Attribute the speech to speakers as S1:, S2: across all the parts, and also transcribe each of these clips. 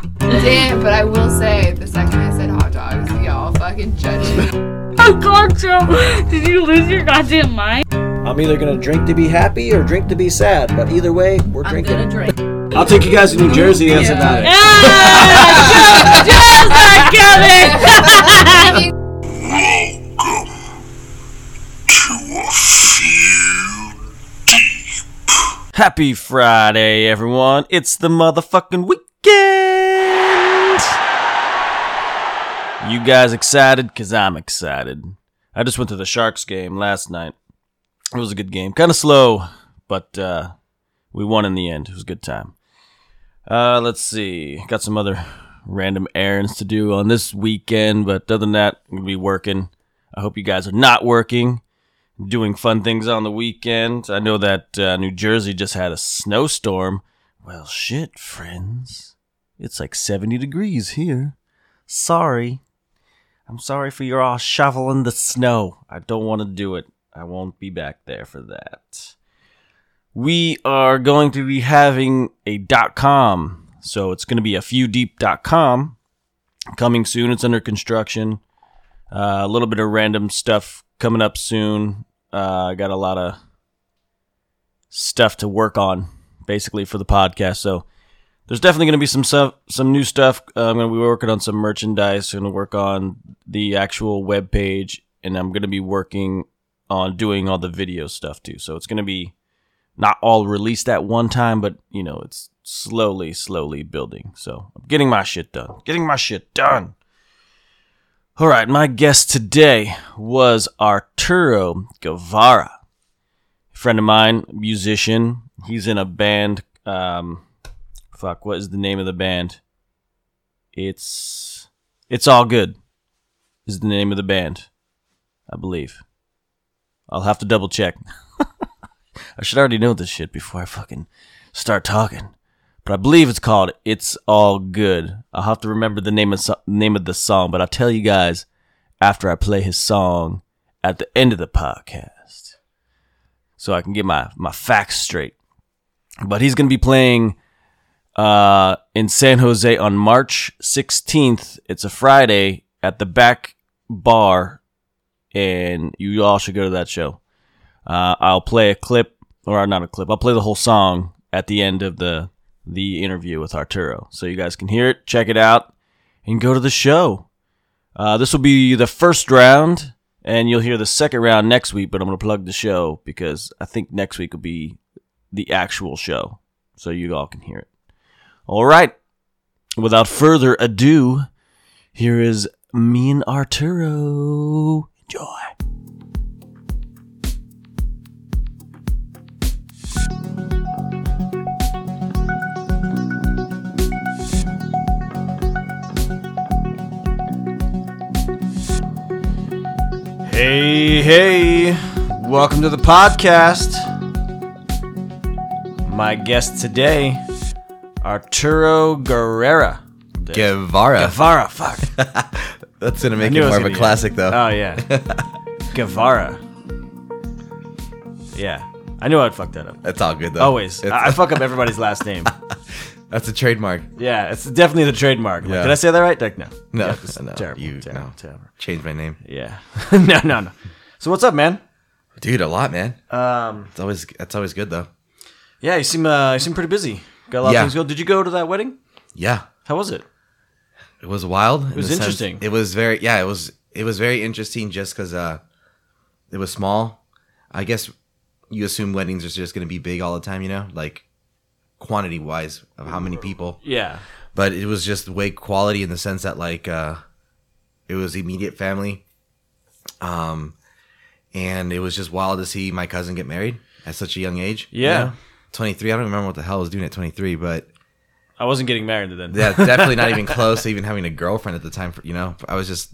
S1: didn't, but I will say the second I said hot dogs, y'all fucking judged me.
S2: Clock Joe, did you lose your goddamn mind?
S3: I'm either gonna drink to be happy or drink to be sad, but either way, we're
S4: I'm
S3: drinking.
S4: gonna drink.
S5: I'll take you guys to New Jersey. That's
S4: Yeah.
S5: about it.
S2: Ah, Joe, Joe's not coming.
S6: Happy Friday, everyone. It's the motherfucking weekend. You guys excited? Because I'm excited. I just went to the Sharks game last night. It was a good game. Kind of slow, but uh, we won in the end. It was a good time. Uh, let's see. Got some other random errands to do on this weekend, but other than that, I'm going to be working. I hope you guys are not working doing fun things on the weekend. I know that uh, New Jersey just had a snowstorm. Well, shit, friends. It's like 70 degrees here. Sorry. I'm sorry for your all shoveling the snow. I don't want to do it. I won't be back there for that. We are going to be having a dot com. So it's going to be a fewdeep.com coming soon. It's under construction. Uh, a little bit of random stuff coming up soon. Uh, I got a lot of stuff to work on, basically for the podcast. So there's definitely going to be some stuff, some new stuff. Uh, I'm going to be working on some merchandise. I'm going to work on the actual web page, and I'm going to be working on doing all the video stuff too. So it's going to be not all released at one time, but you know, it's slowly, slowly building. So I'm getting my shit done. Getting my shit done. All right, my guest today was Arturo Guevara, a friend of mine, musician. He's in a band. Um, fuck, what is the name of the band? It's it's all good. Is the name of the band, I believe. I'll have to double check. I should already know this shit before I fucking start talking. But I believe it's called "It's All Good." I'll have to remember the name of so- name of the song, but I'll tell you guys after I play his song at the end of the podcast, so I can get my my facts straight. But he's gonna be playing uh, in San Jose on March sixteenth. It's a Friday at the back bar, and you all should go to that show. Uh, I'll play a clip, or not a clip. I'll play the whole song at the end of the the interview with Arturo, so you guys can hear it, check it out, and go to the show. Uh, this will be the first round, and you'll hear the second round next week. But I'm gonna plug the show because I think next week will be the actual show, so you all can hear it. All right. Without further ado, here is me and Arturo. Enjoy. Hey, hey, welcome to the podcast. My guest today, Arturo Guerrera.
S7: Guevara.
S6: Guevara, fuck.
S7: That's gonna make
S6: knew
S7: it
S6: I was
S7: more of
S6: gonna
S7: a
S6: get it.
S7: classic, though.
S6: Oh, yeah. Guevara. Yeah, I knew I'd fuck that up.
S7: That's all good, though.
S6: Always.
S7: It's-
S6: I, I fuck up everybody's last name.
S7: that's a trademark.
S6: Yeah, it's definitely the trademark. Like,
S7: Yeah.
S6: did I say that right? Like, no.
S7: No,
S6: Yeah, it's
S7: no,
S6: terrible,
S7: you
S6: terrible,
S7: no.
S6: terrible.
S7: Change my name,
S6: Yeah. no, no, no. So, what's up, man?
S7: dude. A lot, man.
S6: Um,
S7: It's always that's always good, though.
S6: yeah, you seem uh, you seem pretty busy. Got a lot
S7: Yeah.
S6: of things going. Did you go to that wedding?
S7: Yeah,
S6: How was it?
S7: it was wild. It
S6: was interesting.
S7: it was very yeah. It was it was very interesting just because uh, it was small. I guess you assume weddings are just gonna be big all the time, you know, like quantity wise of how many people.
S6: Yeah.
S7: but it was just way quality in the sense that like uh it was immediate family um and it was just wild to see my cousin get married at such a young age you
S6: Yeah.
S7: know? 23 i don't remember what the hell i was doing at 23 but
S6: I wasn't getting married then.
S7: yeah definitely not even close to even having a girlfriend at the time for, you know i was just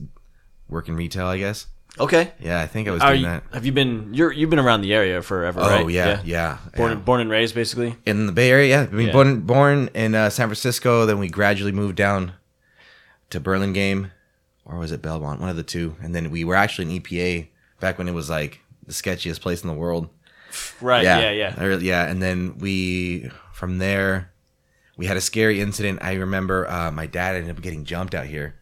S7: working retail i guess
S6: Okay.
S7: yeah i think i was
S6: Are
S7: doing
S6: you,
S7: that
S6: have you been you're you've been around the area forever,
S7: oh
S6: right?
S7: yeah yeah,
S6: Born
S7: yeah.
S6: born and raised basically.
S7: in the Bay Area. Yeah, I mean,
S6: Yeah.
S7: born born in uh, San Francisco. Then we gradually moved down to Burlingame, or was it Belmont? One of the two. And then we were actually in EPA back when it was like the sketchiest place in the world.
S6: Right, Uh, yeah, yeah.
S7: Or- yeah. And then we from there we had a scary incident. I remember uh, my dad ended up getting jumped out here.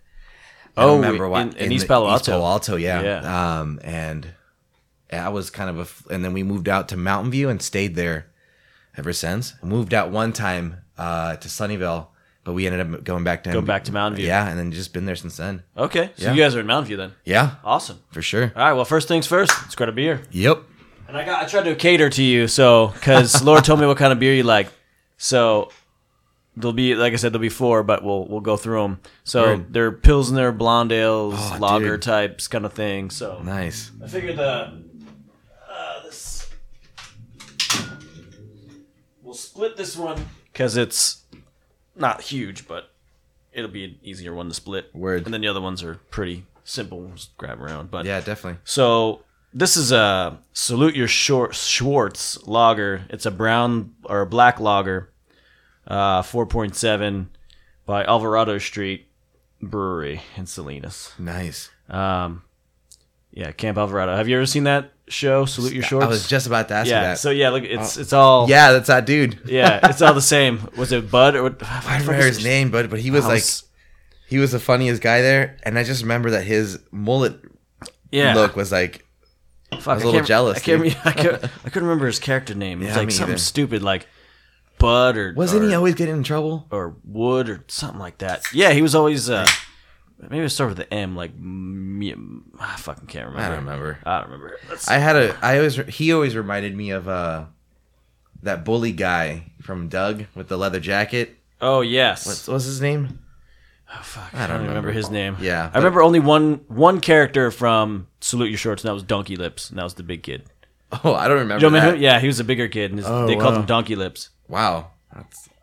S6: Oh,
S7: don't remember why
S6: in- in
S7: the-
S6: East Palo Alto.
S7: Palo Alto, yeah. Um, and I was kind of a, f- and then we moved out to Mountain View and stayed there ever since. moved out one time uh, to Sunnyvale, but we ended up going back to
S6: Go back to Mountain View.
S7: Yeah, and then just been there since then.
S6: Okay. So
S7: Yeah.
S6: you guys are in Mountain View then.
S7: Yeah,
S6: Awesome.
S7: for sure.
S6: All right. Well, first things first. Let's grab a beer.
S7: Yep.
S6: And I got. I tried to cater to you, so because Laura told me what kind of beer you like. So there'll be, like I said, there'll be four, but we'll we'll go through them. So
S7: Word.
S6: they're pilsner, blonde ales,
S7: Oh,
S6: lager
S7: dude.
S6: types, kind of thing. So
S7: Nice.
S6: I figured the uh, this we'll split this one because it's not huge, but it'll be an easier one to split.
S7: Word.
S6: And then the other ones are pretty simple, just grab around. But
S7: Yeah, definitely.
S6: so this is a salute your short Schwartz lager. It's a brown or a black lager, uh, four point seven by Alvarado Street Brewery in Salinas.
S7: Nice.
S6: Um, yeah, Camp Alvarado. Have you ever seen that show, Salute Your Shorts?
S7: I was just about to ask
S6: yeah.
S7: you that. Uh,
S6: So yeah, look, it's it's all
S7: yeah, that's that dude.
S6: yeah, it's all the same. Was it Bud or what?
S7: I don't remember his name, but but he was like he was the funniest guy there, and I just remember that his mullet
S6: yeah,
S7: look was like
S6: Fuck, I
S7: was a little
S6: can't-
S7: jealous,
S6: I can't.
S7: dude.
S6: re- I, could, I couldn't remember his character name. It was
S7: Yeah,
S6: like
S7: me
S6: something
S7: either.
S6: stupid like Bud or
S7: wasn't
S6: or,
S7: he always getting in trouble?
S6: or Wood or something like that. Yeah, he was always. Uh, maybe it started with the M, like M- I fucking can't remember.
S7: I don't remember.
S6: I don't remember. Let's-
S7: I had a I always he always reminded me of uh that bully guy from Doug with the leather jacket.
S6: oh yes.
S7: What's what's his name?
S6: Oh, fuck.
S7: I
S6: I
S7: don't
S6: don't remember
S7: remember.
S6: his name.
S7: Yeah,
S6: I
S7: but-
S6: remember only one one character from Salute Your Shorts, and that was Donkey Lips, and that was the big kid.
S7: Oh, I don't remember.
S6: You know what I
S7: that.
S6: mean? Yeah, he was a bigger kid, and his,
S7: Oh,
S6: they called
S7: wow.
S6: him Donkey Lips.
S7: Wow.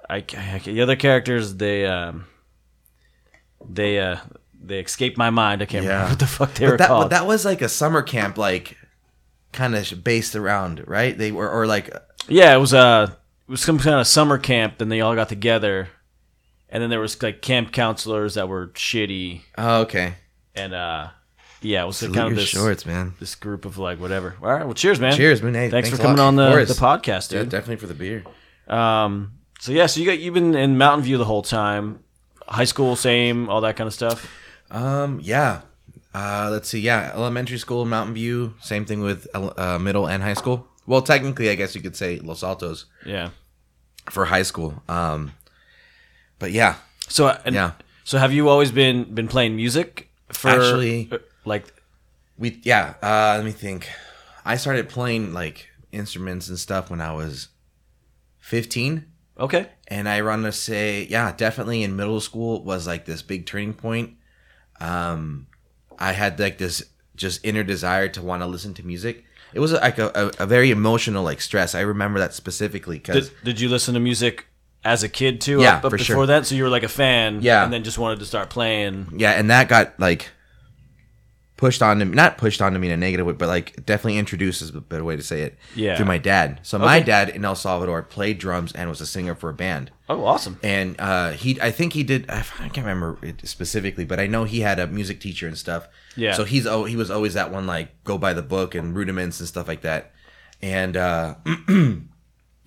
S6: I, ca- I ca- the other characters they um, they uh, they escaped my mind. I can't
S7: Yeah.
S6: remember what the fuck they were
S7: But that,
S6: called.
S7: but that was like a summer camp, like kind of based around, right? They were or like
S6: yeah, it was uh, it was some kind of summer camp. Then they all got together, and then there was like camp counselors that were shitty,
S7: oh, okay.
S6: and uh, yeah, it was
S7: Salute
S6: kind of
S7: your
S6: this
S7: shorts, man.
S6: this group of like whatever. All right, well, cheers, man.
S7: Cheers, man. Hey,
S6: Thanks, for
S7: a lot.
S6: coming on
S7: Of
S6: the,
S7: course.
S6: the podcast,
S7: Yeah,
S6: dude.
S7: definitely for the beer.
S6: Um, so yeah, so you got you've been in Mountain View the whole time, high school, same, all that kind of stuff.
S7: Um, yeah. Uh, let's see. Yeah, elementary school, Mountain View. Same thing with ele- uh, middle and high school. Well, technically, I guess you could say Los Altos
S6: Yeah.
S7: for high school. Um, but yeah,
S6: So uh, and,
S7: Yeah.
S6: So have you always been been playing music for
S7: Actually-
S6: uh, like
S7: we yeah. Uh, let me think. I started playing like instruments and stuff when I was fifteen.
S6: okay
S7: and I want to say, yeah, definitely in middle school was like this big turning point. Um, I had like this just inner desire to want to listen to music. It was like a, a, a very emotional like stress. I remember that specifically because
S6: did, did you listen to music as a kid too?
S7: Yeah,
S6: but
S7: for
S6: before
S7: sure.
S6: that, so you were like a fan,
S7: Yeah.
S6: and then just wanted to start playing.
S7: yeah, and that got like pushed on to not pushed on to me in a negative way, but like definitely introduced is a better way to say it.
S6: Yeah.
S7: through my dad. So my
S6: Okay.
S7: dad in El Salvador played drums and was a singer for a band.
S6: Oh, awesome!
S7: and uh, he I think he did I f- I can't remember it specifically, but I know he had a music teacher and stuff.
S6: Yeah.
S7: So he's oh he was always that one like go by the book and rudiments and stuff like that, and uh,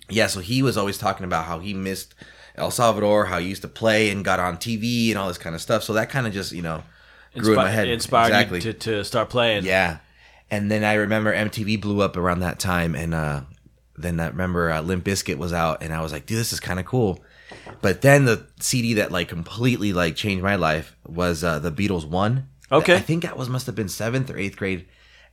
S7: yeah, so he was always talking about how he missed El Salvador, how he used to play and got on TV and all this kind of stuff. So that kind of just you know grew in my
S6: Inspi-
S7: head.
S6: it inspired
S7: exactly.
S6: you to, to start playing.
S7: Yeah. And then I remember MTV blew up around that time, and uh, then I remember uh, Limp Bizkit was out, and I was like, "Dude, this is kind of cool." But then the CD that like completely like changed my life was uh, the Beatles one.
S6: Okay.
S7: I think that was must have been seventh or eighth grade,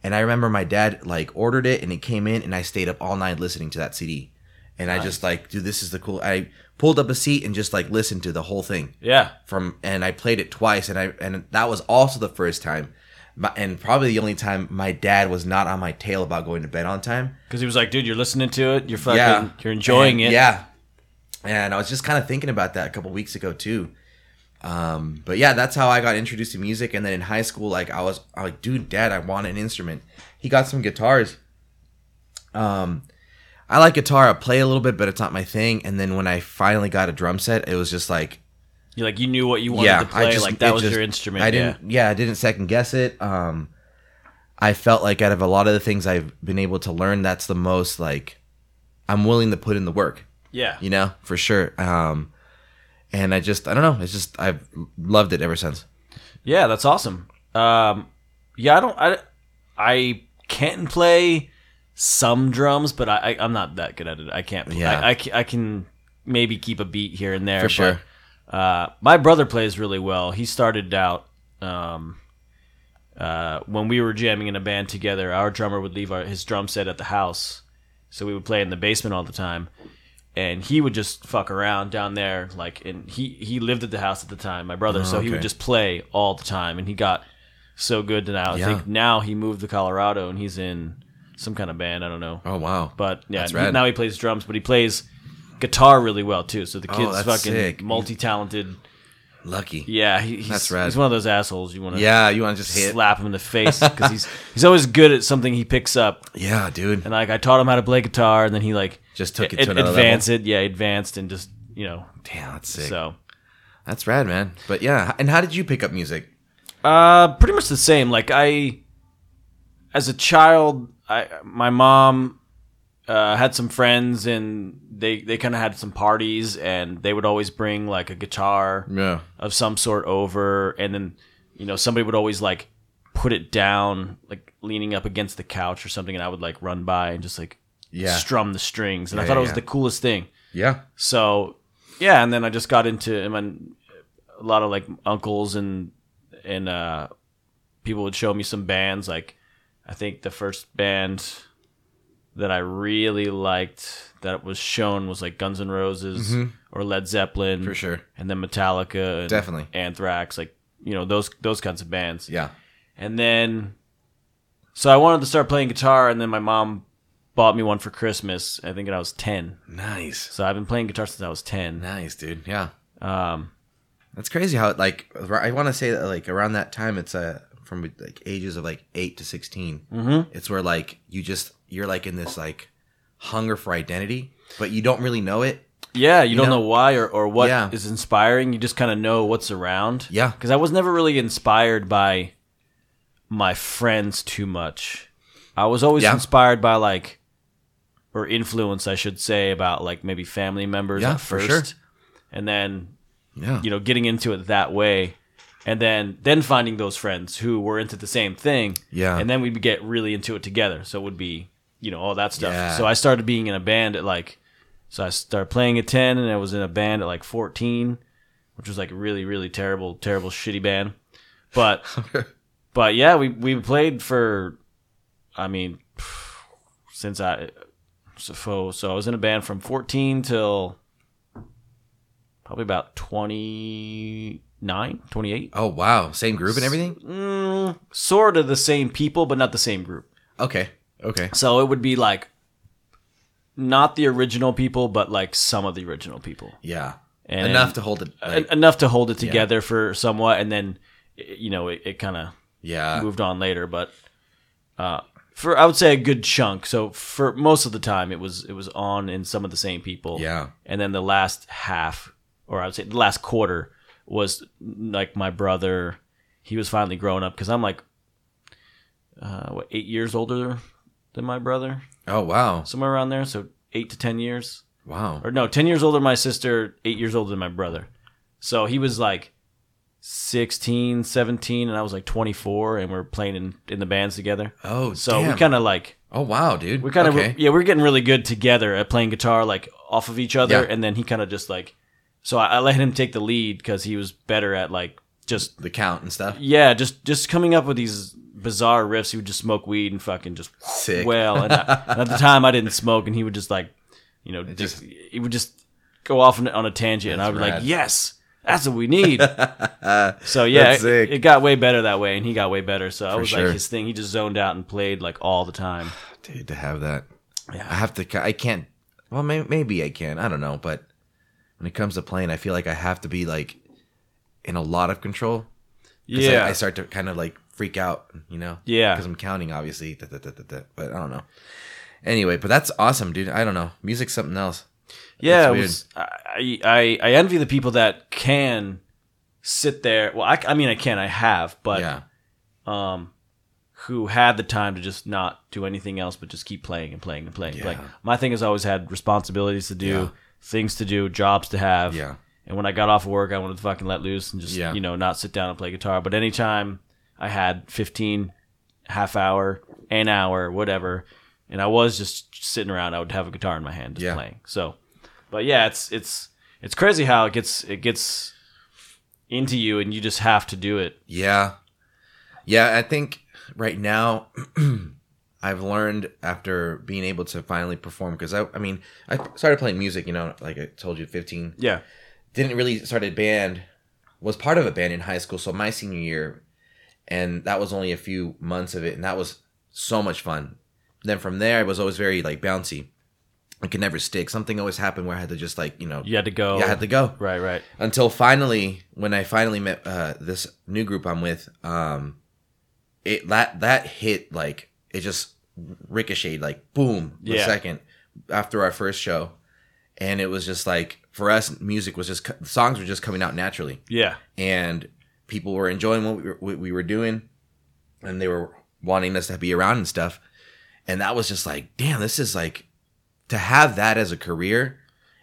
S7: and I remember my dad like ordered it, and it came in, and I stayed up all night listening to that CD, and I just like, dude, this is the cool. I pulled up a seat and just like listened to the whole thing
S6: yeah.
S7: from and I played it twice and I and that was also the first time my, and probably the only time my dad was not on my tail about going to bed on time.
S6: Because he was like, "Dude, you're listening to it. You're fucking.
S7: yeah,
S6: You're enjoying
S7: And-
S6: it.
S7: Yeah, and I was just kind of thinking about that a couple weeks ago too. Um, but yeah, that's how I got introduced to music. And then in high school, like I was, I was like, dude, dad, I want an instrument. He got some guitars. Um, I like guitar. I play a little bit, but it's not my thing. And then when I finally got a drum set, it was just like
S6: You like you knew what you wanted to play. like that
S7: it
S6: was
S7: just-
S6: your instrument.
S7: I
S6: yeah.
S7: didn't. Yeah, I didn't second guess it. Um, I felt like out of a lot of the things I've been able to learn, that's the most like I'm willing to put in the work.
S6: Yeah.
S7: You know, for sure. Um, and I just I don't know. It's just I've loved it ever since.
S6: Yeah, that's awesome. Um, yeah, I don't. I, I can play some drums, but I, I I'm not that good at it. I can't.
S7: Yeah.
S6: I, I, ca- I can maybe keep a beat here and there
S7: For sure.
S6: But, uh, my brother plays really well. He started out. Um, uh, when we were jamming in a band together, our drummer would leave our, his drum set at the house, so we would play in the basement all the time and he would just fuck around down there like and he he lived at the house at the time my brother so he would
S7: Oh, okay.
S6: just play all the time and he got so good that now i
S7: Yeah.
S6: think now he moved to colorado and he's in some kind of band i don't know
S7: Oh wow!
S6: but yeah
S7: That's
S6: he-
S7: rad.
S6: now he plays drums but he plays guitar really well too so the
S7: Oh,
S6: kid's
S7: that's
S6: fucking
S7: sick.
S6: multi-talented
S7: Lucky.
S6: yeah he, he's,
S7: That's rad.
S6: he's one of those assholes you want to
S7: Yeah, you want to just hit?
S6: slap him in the face because he's he's always good at something he picks up
S7: Yeah, dude.
S6: and like I taught him how to play guitar, and then he like
S7: Just took it
S6: ad-
S7: to another
S6: advanced it, yeah, advanced and just you know.
S7: Damn, that's sick.
S6: So,
S7: That's rad, man. But yeah, and how did you pick up music?
S6: uh, pretty much the same. Like I, as a child, I my mom uh, had some friends, and they they kind of had some parties, and they would always bring like a guitar
S7: Yeah.
S6: of some sort over, and then you know somebody would always like put it down, like leaning up against the couch or something, and I would like run by and just like
S7: Yeah.
S6: strum the strings, and I
S7: Yeah,
S6: thought
S7: yeah,
S6: it was
S7: yeah.
S6: the coolest thing.
S7: Yeah.
S6: So yeah, and then I just got into I mean, a lot of like uncles and and uh, people would show me some bands. Like I think the first band that I really liked that was shown was like Guns N' Roses or Led Zeppelin
S7: Mm-hmm. For sure.
S6: and then Metallica, and
S7: Definitely.
S6: Anthrax, like you know those those kinds of bands.
S7: Yeah.
S6: And then, so I wanted to start playing guitar, and then my mom bought me one for Christmas. I think when I was ten.
S7: Nice.
S6: So I've been playing guitar since I was 10.
S7: Nice, dude. Yeah.
S6: Um,
S7: That's crazy how it like ar- I want to say that like around that time it's uh from like ages of like 8 to 16.
S6: Mhm.
S7: It's where like you just you're like in this like hunger for identity, but you don't really know it.
S6: yeah, you, don't
S7: know-
S6: know, why or, or what is
S7: Yeah.
S6: inspiring. You just kind of know what's around.
S7: Yeah.
S6: Because I was never really inspired by my friends too much. I was always
S7: Yeah.
S6: inspired by like, or influenced, I should say, about like maybe family members
S7: Yeah,
S6: at
S7: for
S6: first.
S7: sure.
S6: And then
S7: Yeah.
S6: you know getting into it that way and then then finding those friends who were into the same thing
S7: Yeah.
S6: and then we'd get really into it together so it would be you know all that stuff
S7: Yeah.
S6: so i started being in a band at like so i started playing at 10 and i was in a band at like 14 which was like a really really terrible terrible shitty band but but yeah we we played for i mean since i so so i was in a band from 14 till probably about 29 28
S7: Oh, wow. Same group and everything?
S6: mm, sort of the same people but not the same group
S7: Okay. Okay.
S6: so it would be like not the original people but like some of the original people
S7: Yeah.
S6: And-
S7: Enough to hold it.
S6: En-
S7: Like,
S6: enough to hold it together for somewhat and then i- you know it, it kind of
S7: yeah.
S6: moved on later but uh for i would say a good chunk so for most of the time it was it was on in some of the same people
S7: Yeah.
S6: and then the last half or i would say the last quarter was like my brother he was finally growing up because i'm like uh what eight years older than my brother
S7: Oh, wow.
S6: somewhere around there so eight to ten years
S7: Wow.
S6: or no, 10 years older than my sister, 8 years older than my brother. So he was like 16, 17 and I was like 24 and we are playing in, in the bands together.
S7: Oh,
S6: So
S7: damn.
S6: we kind of like
S7: Oh, wow, dude.
S6: we kind of
S7: Okay.
S6: yeah, we we're getting really good together at playing guitar like off of each other
S7: Yeah.
S6: and then he kind of just like so I, I let him take the lead cuz he was better at like just
S7: the count and stuff.
S6: yeah, just just coming up with these bizarre riffs. He would just smoke weed and fucking just
S7: Sick.
S6: well, and, I- and at the time I didn't smoke, and he would just like, you know, dig-
S7: just-
S6: he would just go off on, on a tangent, and I
S7: That's
S6: would
S7: rad.
S6: like, yes, that's what we need. so yeah,
S7: That's
S6: it,
S7: sick.
S6: it got way better that way, and he got way better. So I was
S7: sure.
S6: like his thing. He just zoned out and played like all the time.
S7: dude to have that i have to i can't well may, maybe i can i don't know but when it comes to playing i feel like i have to be like in a lot of control 'Cause I-
S6: Yeah,
S7: I, start to kind of like freak out you know
S6: Yeah.
S7: because i'm counting obviously da, da, da, da, da, but i don't know anyway but that's awesome dude i don't know music's something else
S6: yeah.
S7: That's
S6: it was- I, I I envy the people that can sit there. Well, I, I mean, I can, I have, but
S7: yeah
S6: um, who had the time to just not do anything else but just keep playing and playing and playing. and
S7: Yeah.
S6: playing. my thing has always had responsibilities to do,
S7: Yeah.
S6: things to do, jobs to have.
S7: Yeah.
S6: And And when I got off of work, I wanted to fucking let loose and just
S7: Yeah.
S6: you know not sit down and play guitar. But anytime I had 15, half hour, an hour, whatever, and I was just sitting around, I would have a guitar in my hand just
S7: Yeah.
S6: playing. So, but yeah, it's it's it's crazy how it gets it gets into you and you just have to do it.
S7: Yeah. Yeah, I think right now I've learned after being able to finally perform because I I mean, I started playing music, you know, like I told you 15.
S6: Yeah.
S7: Didn't really start a band. Was part of a band in high school, so my senior year and that was only a few months of it and that was so much fun. Then from there it was always very like bouncy. I could never stick. Something always happened where I had to just like, you know,
S6: You had to go.
S7: yeah, I had to go
S6: Right, right.
S7: until finally when i finally met uh, this new group i'm with um it that that hit like it just ricocheted like boom the
S6: Yeah.
S7: second after our first show and it was just like for us music was just co- songs were just coming out naturally
S6: Yeah.
S7: and people were enjoying what we were, what we were doing and they were wanting us to be around and stuff and that was just like damn this is like to have that as a career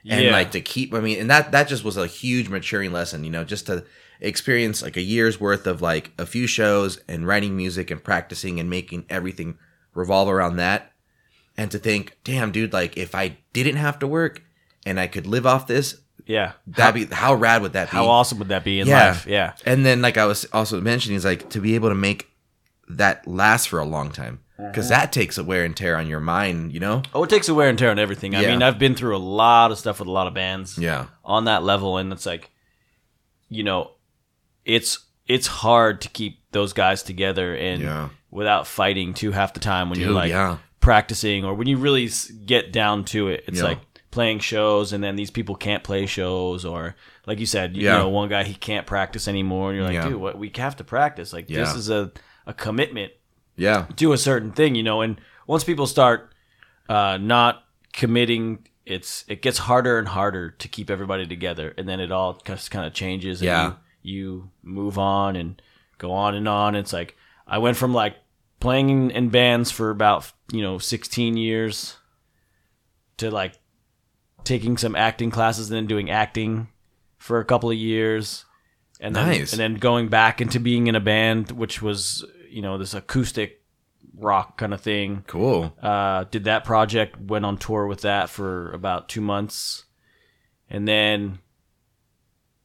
S7: and
S6: Yeah.
S7: like to keep i mean and that that just was a huge maturing lesson you know just to experience like a year's worth of like a few shows and writing music and practicing and making everything revolve around that and to think damn dude like if i didn't have to work and i could live off this
S6: Yeah.
S7: that'd be how rad would that be
S6: How awesome would that be in
S7: Yeah.
S6: life? Yeah.
S7: and then, like I was also mentioning, is like to be able to make that last for a long time
S6: Mm-hmm.
S7: because that takes a wear and tear on your mind, you know?
S6: Oh, it takes a wear and tear on everything. I
S7: Yeah.
S6: mean, I've been through a lot of stuff with a lot of bands
S7: Yeah.
S6: on that level, and it's like, you know, it's it's hard to keep those guys together and
S7: Yeah.
S6: without fighting too half the time when you're
S7: Dude,
S6: like
S7: yeah.
S6: practicing or when you really s- get down to it. It's
S7: Yeah.
S6: like playing shows, and then these people can't play shows, or like you said, you
S7: Yeah.
S6: know, one guy he can't practice anymore, and you're like,
S7: Yeah.
S6: dude, what we have to practice. Like this
S7: Yeah.
S6: is a a commitment
S7: Yeah.
S6: do a certain thing, you know. And once people start uh, not committing, it's it gets harder and harder to keep everybody together, and then it all just kind of changes. And
S7: Yeah.
S6: you, you move on and go on and on. It's like I went from like playing in, in bands for about you know sixteen years to like taking some acting classes and then doing acting for a couple of years and then
S7: Nice.
S6: and then going back into being in a band which was you know this acoustic rock kind of thing
S7: Cool.
S6: uh, did that project went on tour with that for about two months and then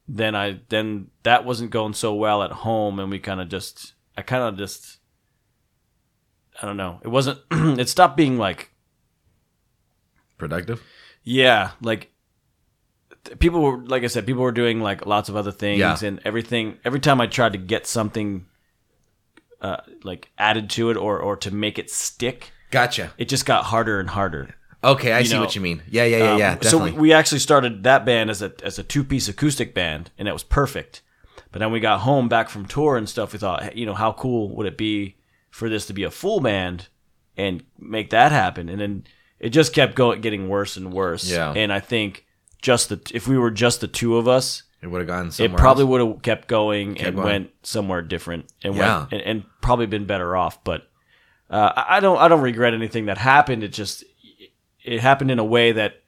S6: then i then that wasn't going so well at home and we kind of just i kind of just i don't know it wasn't it stopped being like
S7: Productive.
S6: yeah, like th- people were like I said, people were doing like lots of other things
S7: Yeah.
S6: and everything. Every time I tried to get something uh, like added to it or or to make it stick,
S7: Gotcha.
S6: it just got harder and harder.
S7: Okay. I
S6: You
S7: see
S6: know,
S7: what you mean. Yeah. Yeah. Yeah. Yeah.
S6: Um,
S7: definitely.
S6: So we actually started that band as a as a two piece acoustic band, and it was perfect. But then we got home back from tour and stuff. We thought, hey, you know, how cool would it be for this to be a full band and make that happen? And then it just kept going, getting worse and worse.
S7: Yeah.
S6: And I think just the if we were just the two of us,
S7: it would have gone
S6: it
S7: somewhere.
S6: probably
S7: else.
S6: would have kept going and
S7: going.
S6: went somewhere different and
S7: Yeah.
S6: went and, and probably been better off. But uh, I I don't I don't regret anything that happened. It just it happened in a way that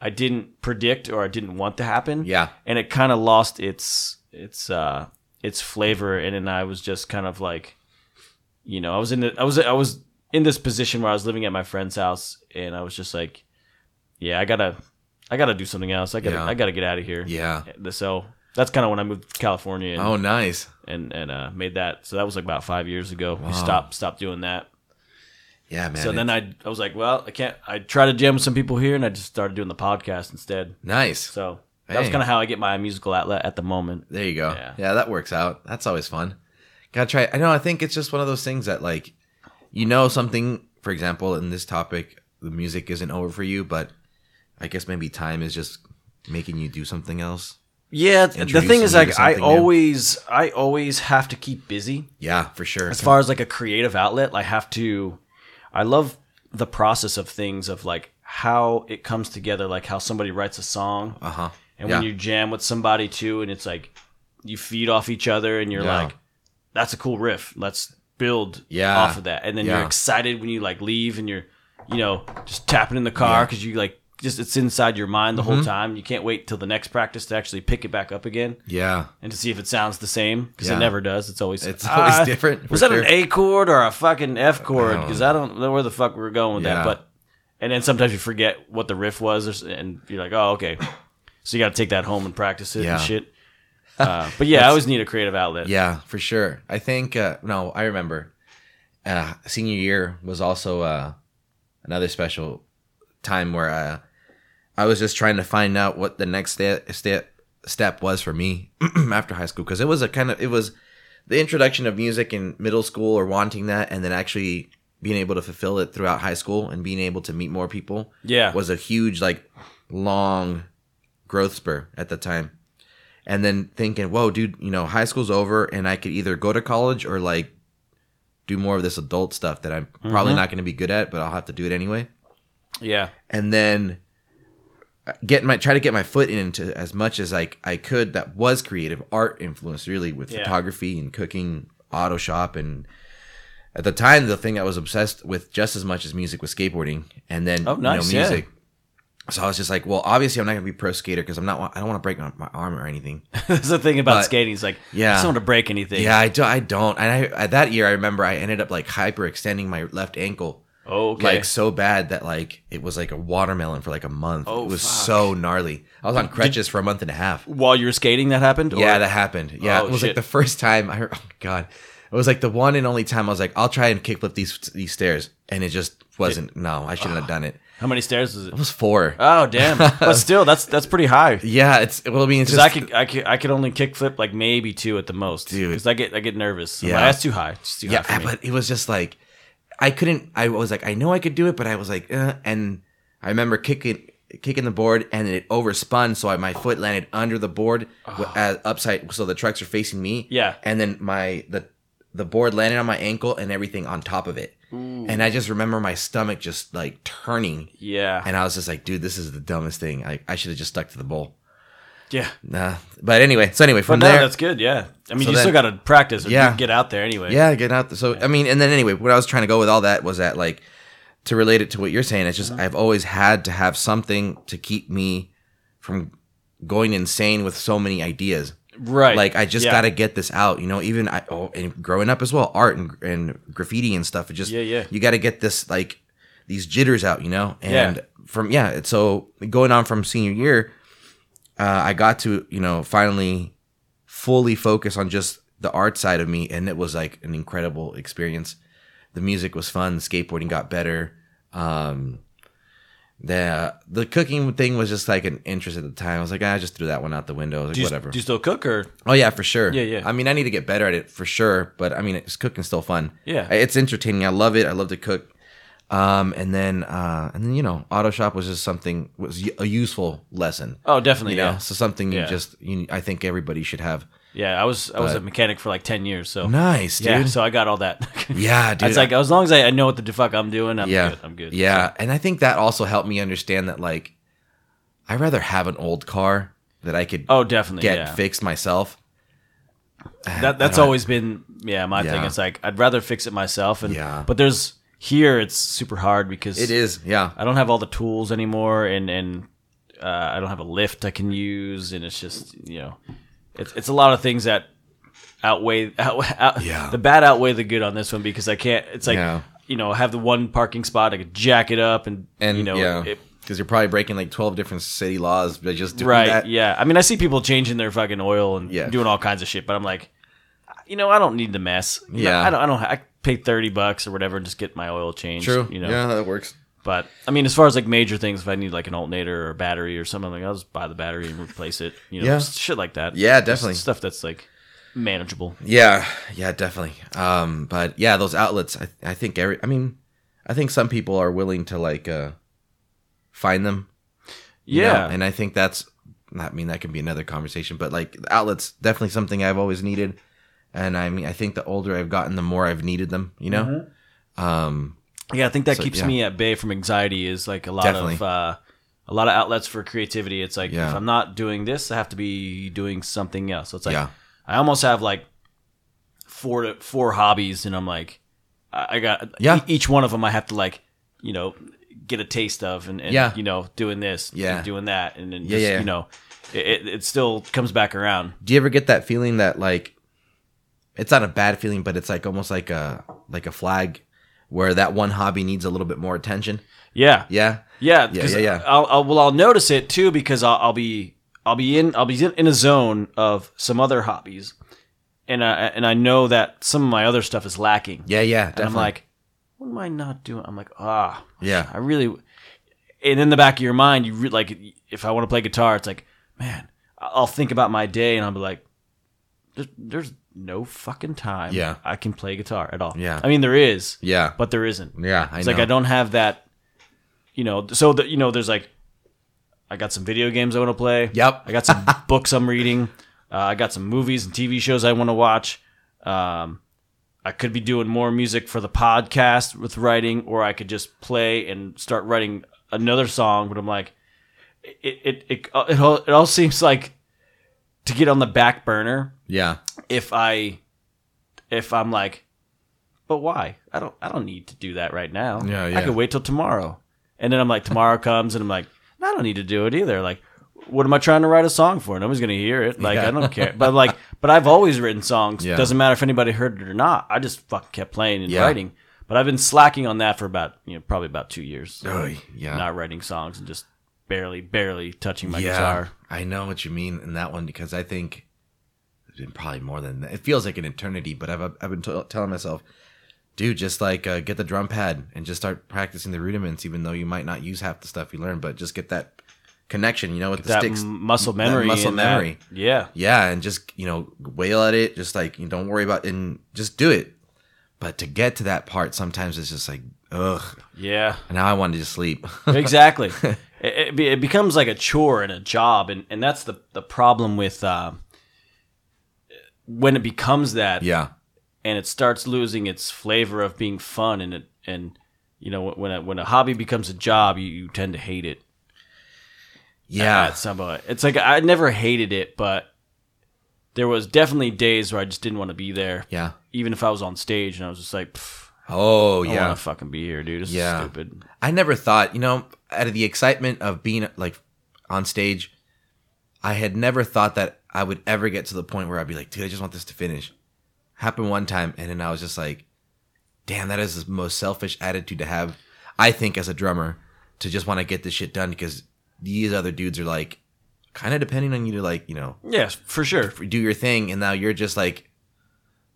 S6: I didn't predict or I didn't want to happen.
S7: Yeah.
S6: and it kind of lost its its uh its flavor, and then I was just kind of like, you know, I was in the I was I was in this position where I was living at my friend's house, and I was just like, yeah, I gotta. I gotta do something else. I gotta.
S7: Yeah.
S6: I gotta get out of here
S7: Yeah.
S6: so that's kind of when I moved to California and
S7: Oh, nice.
S6: and, and uh, made that. So that was like about five years ago.
S7: Wow.
S6: We stopped stopped doing that.
S7: Yeah, man.
S6: so then I I was like, well, I can't. I tried to jam with some people here, and I just started doing the podcast instead.
S7: nice.
S6: So that was
S7: Hey.
S6: kind of how I get my musical outlet at the moment.
S7: There you go.
S6: Yeah.
S7: Yeah. that works out. That's always fun. Gotta try. I know. I think it's just one of those things that, like, you know, something. For example, in this topic, the music isn't over for you, but I guess maybe time is just making you do something else.
S6: Yeah, the
S7: Introducing
S6: thing is,
S7: you to
S6: like, I
S7: something new.
S6: always I always have to keep busy.
S7: Yeah, for sure.
S6: as far as like a creative outlet i have to i love the process of things of like how it comes together like how somebody writes a song
S7: Uh-huh.
S6: and when
S7: Yeah.
S6: you jam with somebody too and it's like you feed off each other and you're
S7: Yeah.
S6: like that's a cool riff let's build
S7: Yeah.
S6: off of that and then
S7: Yeah.
S6: you're excited when you like leave and you're you know just tapping in the car
S7: Yeah. Mm-hmm.
S6: because you like just it's inside your mind the whole time. You can't wait till the next practice to actually pick it back up again
S7: Yeah.
S6: and to see if it sounds the same because
S7: Yeah.
S6: it never does. It's always "Ah,
S7: It's always different, for
S6: Uh, Was that
S7: sure.
S6: an A chord or a fucking F chord?
S7: don't
S6: Because I don't know where the fuck we were going with
S7: Yeah.
S6: that. But and then sometimes you forget what the riff was, or, s- and you're like, oh okay. So you got to take that home and practice it
S7: Yeah.
S6: and shit. Uh, but yeah, I always need a creative outlet.
S7: Yeah, for sure. I think uh, no, I remember. Uh, senior year was also uh, another special time where uh, I was just trying to find out what the next step step step was for me after high school because it was a kind of it was the introduction of music in middle school or wanting that and then actually being able to fulfill it throughout high school and being able to meet more people
S6: Yeah.
S7: was a huge like long growth spur at the time and then thinking whoa dude you know high school's over and i could either go to college or like do more of this adult stuff that i'm probably not going to be good at but i'll have to do it anyway
S6: yeah.
S7: and then uh, get my try to get my foot into as much as like I could that was creative art influence really with
S6: Yeah.
S7: photography and cooking auto shop and at the time the thing I was obsessed with just as much as music was skateboarding and then
S6: Oh, nice, yeah.
S7: music so I was just like well obviously I'm not gonna be a pro skater because I'm not I don't want to break my, my arm or anything
S6: That's the thing about
S7: But-
S6: skating. It's like,
S7: Yeah.
S6: I just don't want to break anything.
S7: yeah I, do, I don't and I at that year I remember I ended up like hyperextending my left ankle
S6: Oh, okay.
S7: like so bad that like it was like a watermelon for like a month.
S6: Oh,
S7: it was
S6: fuck.
S7: so gnarly. I was on crutches for a month and a half.
S6: While you were skating, that happened. Or-
S7: Yeah, that happened. Yeah,
S6: Oh,
S7: it was like
S6: shit.
S7: the first time. I oh god, it was like the one and only time I was like, I'll try and kickflip these these stairs, and it just wasn't. No, I shouldn't have done it.
S6: How many stairs was it?
S7: It was four.
S6: Oh damn! but still, that's that's pretty high.
S7: yeah, it's well, I mean, it's
S6: Because
S7: just,
S6: I could, I could, I could only kickflip like maybe two at the most.
S7: Dude.
S6: because I get, I get nervous. Yeah,
S7: Yeah.
S6: that's too high. It's too
S7: yeah,
S6: high for me.
S7: but it was just like I couldn't. I was like, I know I could do it, but I was like, eh. and I remember kicking kicking the board, and it overspun, so I, my foot landed under the board wi- uh, upside, so the trucks are facing me.
S6: Yeah.
S7: and then my the the board landed on my ankle and everything on top of it, and I just remember my stomach just like turning.
S6: yeah,
S7: And I was just like, dude, this is the dumbest thing. I, I should have just stuck to the bowl.
S6: yeah.
S7: Nah. But anyway, so anyway,
S6: But
S7: from
S6: no,
S7: there,
S6: that's good. Yeah, I mean,
S7: So
S6: you
S7: then-
S6: still got to practice. Or
S7: Yeah.
S6: yeah, get out there anyway.
S7: Yeah, get out. The, so I mean, and then anyway, what I was trying to go with all that was that like to relate it to what you're saying. It's just I've always had to have something to keep me from going insane with so many ideas.
S6: right.
S7: Like I just
S6: Yeah.
S7: got to get this out, you know. Even I oh, and growing up as well, art and and graffiti and stuff. It just
S6: Yeah, yeah.
S7: You got to get this like these jitters out, you know.
S6: Yeah.
S7: And from yeah, it's so going on from senior year, uh, I got to you know finally fully focus on just the art side of me, and it was like an incredible experience. The music was fun. Skateboarding got better. Um, the the cooking thing was just like an interest at the time. I was like, "Ah, I just threw that one out the window. I was Like,
S6: Do you,
S7: whatever.
S6: Do you still cook or?
S7: Oh yeah, for sure.
S6: Yeah, yeah.
S7: I mean, I need to get better at it for sure, but I mean, it's cooking's still fun.
S6: Yeah.
S7: I- it's entertaining. I love it. I love to cook. Um, and then, uh, and then you know, auto shop was just something was y- a useful lesson.
S6: Oh,
S7: you
S6: definitely.
S7: know,
S6: Yeah.
S7: so something you
S6: Yeah.
S7: just you, I think everybody should have.
S6: Yeah, I was, I was
S7: But-
S6: a mechanic for like ten years. So
S7: Nice,
S6: Oh. yeah,
S7: dude.
S6: so I got all that.
S7: Yeah, dude.
S6: It's like as long as I, I know what the fuck I'm doing, I'm
S7: yeah,
S6: good. I'm good.
S7: Yeah, and I think that also helped me understand that like, I would rather have an old car that I could
S6: Oh, definitely.
S7: get
S6: yeah.
S7: fixed myself.
S6: that that's
S7: I-
S6: always been yeah my
S7: Yeah.
S6: thing. It's like I'd rather fix it myself, and
S7: Yeah.
S6: but there's here it's super hard because
S7: It is, yeah.
S6: I don't have all the tools anymore, and and uh, I don't have a lift I can use, and it's just you know, it's it's a lot of things that outweigh out, out,
S7: Yeah.
S6: the bad outweigh the good on this one because I can't. It's like
S7: Yeah.
S6: you know, I have the one parking spot I could jack it up, and
S7: and
S6: you know,
S7: yeah,
S6: it,
S7: because you're probably breaking like twelve different city laws by just doing
S6: right
S7: that.
S6: yeah i mean i see people changing their fucking oil and
S7: Yeah.
S6: doing all kinds of shit but i'm like you know i don't need the mess You know,
S7: Yeah.
S6: i don't i don't i pay 30 bucks or whatever and just get my oil changed
S7: True.
S6: you know
S7: Yeah, that works.
S6: but i mean as far as like major things if i need like an alternator or a battery or something like i'll just buy the battery and replace it you know
S7: Yeah.
S6: just shit like that
S7: Yeah,
S6: Just
S7: definitely.
S6: stuff that's like manageable
S7: Yeah, yeah, definitely. Um, but yeah, those outlets. I, I think every. I mean, I think some people are willing to like uh find them. you know?
S6: yeah
S7: and I think that's. I mean, that can be another conversation, but like outlets, definitely something I've always needed. And I mean, I think the older I've gotten, the more I've needed them. You know. Um.
S6: yeah i think that
S7: So,
S6: keeps
S7: yeah.
S6: me at bay from anxiety is like a lot of
S7: Definitely.
S6: uh a lot of outlets for creativity it's like
S7: Yeah.
S6: if i'm not doing this i have to be doing something else so it's like
S7: Yeah.
S6: i almost have like four to four hobbies and i'm like i I got
S7: Yeah.
S6: e- each one of them i have to like you know get a taste of, and, and
S7: Yeah.
S6: you know, doing this,
S7: Yeah.
S6: doing that, and then
S7: Yeah,
S6: just,
S7: yeah, yeah.
S6: you know, it, it, it still comes back around.
S7: Do you ever get that feeling that like it's not a bad feeling, but it's like almost like a like a flag where that one hobby needs a little bit more attention?
S6: Yeah,
S7: Yeah.
S6: Yeah,
S7: Yeah,
S6: 'cause
S7: yeah, yeah.
S6: I'll, I'll, well, I'll notice it too because I'll, I'll be I'll be in I'll be in a zone of some other hobbies, and I and I know that some of my other stuff is lacking.
S7: Yeah, yeah.
S6: and I'm
S7: definitely.
S6: like, what am I not doing? I'm like, ah,
S7: Yeah.
S6: I really. And in the back of your mind, you re- like if I want to play guitar, it's like, man, I- I'll think about my day and I'll be like, there's, there's no fucking time.
S7: Yeah.
S6: I can play guitar at all.
S7: Yeah.
S6: I mean there is,
S7: Yeah.
S6: but there isn't.
S7: yeah, I
S6: It's
S7: know.
S6: like I don't have that, you know. So that you know, there's like, I got some video games I want to play.
S7: Yep.
S6: I got some books I'm reading. Uh, I got some movies and TV shows I want to watch. Um, I could be doing more music for the podcast with writing, or I could just play and start writing another song. But I'm like, it it it uh, it all, it all seems like to get on the back burner
S7: Yeah.
S6: if I if I'm like, but why? I don't I don't need to do that right now.
S7: Yeah,
S6: I
S7: yeah.
S6: could wait till tomorrow. And then I'm like, tomorrow comes, and I'm like, I don't need to do it either. Like, what am I trying to write a song for? Nobody's gonna hear it. Like, I don't care. But like, but I've always written songs.
S7: Yeah.
S6: Doesn't matter if anybody heard it or not. I just fucking kept playing and
S7: Yeah.
S6: writing. But I've been slacking on that for about you know probably about two years.
S7: Oy, Oh, yeah.
S6: Not writing songs and just barely barely touching my
S7: yeah,
S6: guitar.
S7: I know what you mean in that one because I think it's been probably more than that. It feels like an eternity, but I've I've been t- telling myself, dude, just like uh, get the drum pad and just start practicing the rudiments, even though you might not use half the stuff you learn, but just get that connection, you know, with the
S6: That
S7: sticks.
S6: m- muscle
S7: that
S6: memory.
S7: muscle
S6: and that-
S7: memory.
S6: Yeah.
S7: yeah, and just you know wail at it, just like you know, don't worry about and just do it. But to get to that part, sometimes it's just like ugh.
S6: Yeah.
S7: Now I want to just sleep.
S6: exactly it, it, be- it becomes like a chore and a job and, and that's the, the problem with uh, when it becomes that
S7: yeah,
S6: and it starts losing its flavor of being fun and it and you know when a, when a hobby becomes a job you, you tend to hate it
S7: yeah.
S6: at some point. it's like i never hated it but there was definitely days where i just didn't want to be there
S7: Yeah.
S6: even if i was on stage and i was just like "Pff,
S7: Oh
S6: i
S7: yeah.
S6: don't want to fucking be here dude this
S7: Yeah.
S6: is stupid
S7: I never thought, you know, out of the excitement of being like on stage, I had never thought that I would ever get to the point where I'd be like, dude, I just want this to finish. Happened one time, and then I was just like, damn, that is the most selfish attitude to have, I think, as a drummer, to just want to get this shit done because these other dudes are like kind of depending on you to like, you know,
S6: yes for sure
S7: do your thing, and now you're just like,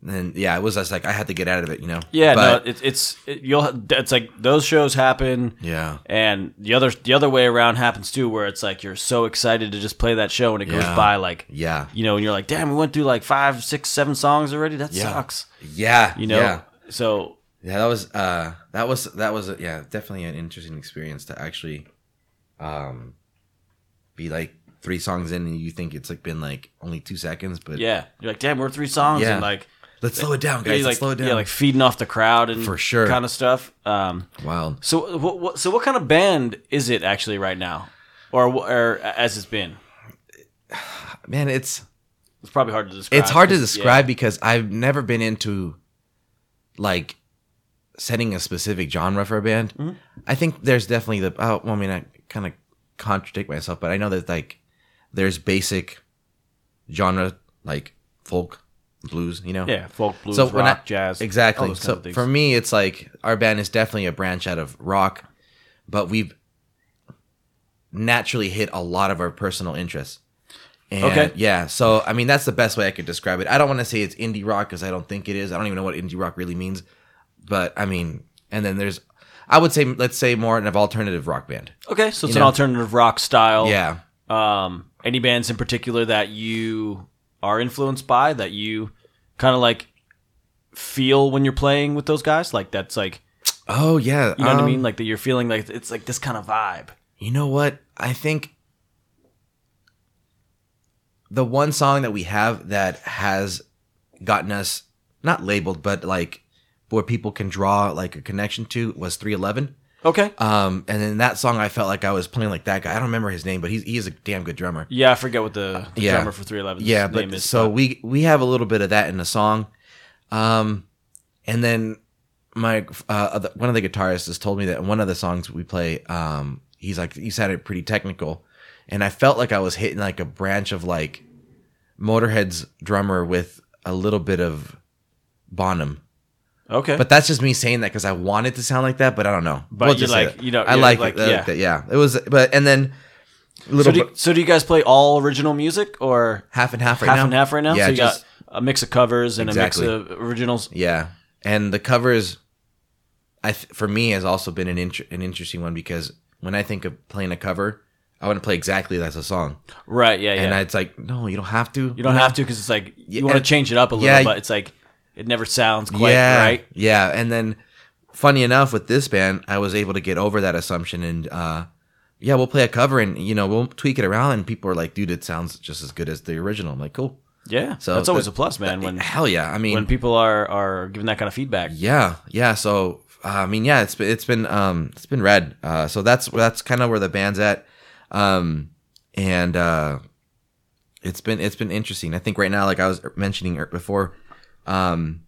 S7: then yeah, it was just like I had to get out of it, you know?
S6: Yeah,
S7: But-
S6: no, it's it's it, you'll it's like those shows happen,
S7: yeah,
S6: and the other the other way around happens too, where it's like you're so excited to just play that show and it
S7: Yeah.
S6: goes by like
S7: yeah,
S6: you know, and you're like, damn, we went through like five, six, seven songs already. That
S7: Yeah.
S6: sucks,
S7: yeah,
S6: you know.
S7: yeah.
S6: So
S7: Yeah, that was uh that was that was uh, yeah, definitely an interesting experience to actually um be like three songs in and you think it's like been like only 2 seconds, but
S6: yeah, you're like, damn, we're three songs
S7: Yeah.
S6: and like,
S7: let's slow it down,
S6: you're
S7: guys.
S6: like
S7: let's slow it down.
S6: yeah, like feeding off the crowd and
S7: For sure.
S6: kind of stuff. Um,
S7: Wild.
S6: so what, what so what kind of band is it actually right now, or wh- or as it's been?
S7: Man, it's
S6: It's probably hard to describe.
S7: it's hard to
S6: 'cause- yeah.
S7: describe because I've never been into like setting a specific genre for a band.
S6: Mm-hmm.
S7: I think there's definitely the oh, well, I mean, I kind of contradict myself, but I know that like there's basic genre like folk, blues, you know.
S6: Yeah, folk blues,
S7: So when
S6: rock,
S7: I-
S6: jazz, all
S7: Exactly.
S6: those kinds
S7: So
S6: of things.
S7: for me, it's like our band is definitely a branch out of rock, but we've naturally hit a lot of our personal interests. And
S6: Okay.
S7: Yeah. So I mean, that's the best way I could describe it. I don't want to say it's indie rock because I don't think it is. I don't even know what indie rock really means. But I mean, and then there's, I would say, let's say more of an alternative rock band.
S6: Okay, so it's
S7: You
S6: an
S7: know?
S6: alternative rock style.
S7: Yeah.
S6: Um, any bands in particular that you are influenced by that you kind of like feel when you're playing with those guys? Like that's like
S7: Oh yeah.
S6: you know what I
S7: um,
S6: mean? Like that you're feeling like it's like this kind of vibe.
S7: You know what? I think the one song that we have that has gotten us not labeled, but like where people can draw like a connection to was 311.
S6: Okay.
S7: Um, and then that song, I felt like I was playing like that guy. I don't remember his name, but he's he is a damn good drummer.
S6: Yeah, I forget what the, the
S7: Yeah.
S6: drummer for 311 's
S7: Yeah,
S6: name
S7: but
S6: is.
S7: so we we have a little bit of that in the song, um, and then my uh, the- one of the guitarists just told me that in one of the songs we play, um, he's like, you sounded pretty technical, and I felt like I was hitting like a branch of like Motorhead's drummer with a little bit of Bonham.
S6: Okay.
S7: But that's just me saying that because I want it to sound like that, but I don't know.
S6: But you
S7: just say
S6: like-
S7: it.
S6: you know-
S7: I
S6: you
S7: like,
S6: like-
S7: it.
S6: yeah.
S7: Yeah. yeah, it was, but and then
S6: so,
S7: little
S6: do you,
S7: bit-
S6: so do you guys play all original music or
S7: half and half right
S6: half
S7: now.
S6: and half right now?
S7: Yeah,
S6: so you
S7: just,
S6: got a mix of covers and
S7: Exactly.
S6: a mix of originals.
S7: yeah, and the covers, I th- for me has also been an int- an interesting one because when I think of playing a cover, I want to play exactly that's a song,
S6: Right. Yeah. Yeah.
S7: and I, it's like no, you don't have to.
S6: you don't have to because it's like
S7: Yeah,
S6: you want to
S7: and-
S6: change it up a little,
S7: yeah,
S6: but it's like it never sounds quite right.
S7: Yeah, and then funny enough with this band, I was able to get over that assumption and uh yeah, we'll play a cover and you know, we'll tweak it around and people are like, dude, it sounds just as good as the original. I'm like, cool.
S6: Yeah. So
S7: So
S6: that's always
S7: that-
S6: a plus, man. When
S7: Hell yeah. I mean
S6: when people are are given that kind of feedback.
S7: Yeah, yeah. So uh, I mean, yeah, it's been it's been um it's been red. Uh, so that's that's kind of where the band's at, um, and uh, it's been it's been interesting. I think right now, like I was mentioning er- before, um,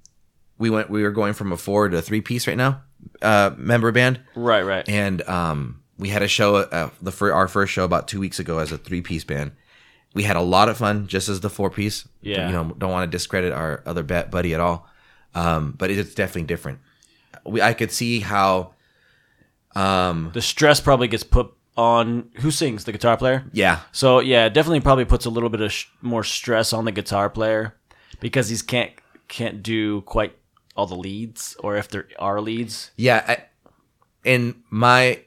S7: we went we were going from a four to a three piece right now, uh, member band,
S6: Right. Right.
S7: and um, we had a show uh, the fir- our first show about two weeks ago as a three piece band. We had a lot of fun just as the four piece.
S6: Yeah.
S7: you know, don't want to discredit our other bet buddy at all, um, but it's definitely different. We I could see how, um,
S6: the stress probably gets put on who sings the guitar player.
S7: yeah,
S6: So yeah, it definitely probably puts a little bit of sh- more stress on the guitar player because he's can't can't do quite all the leads or if there are leads.
S7: yeah. I, in my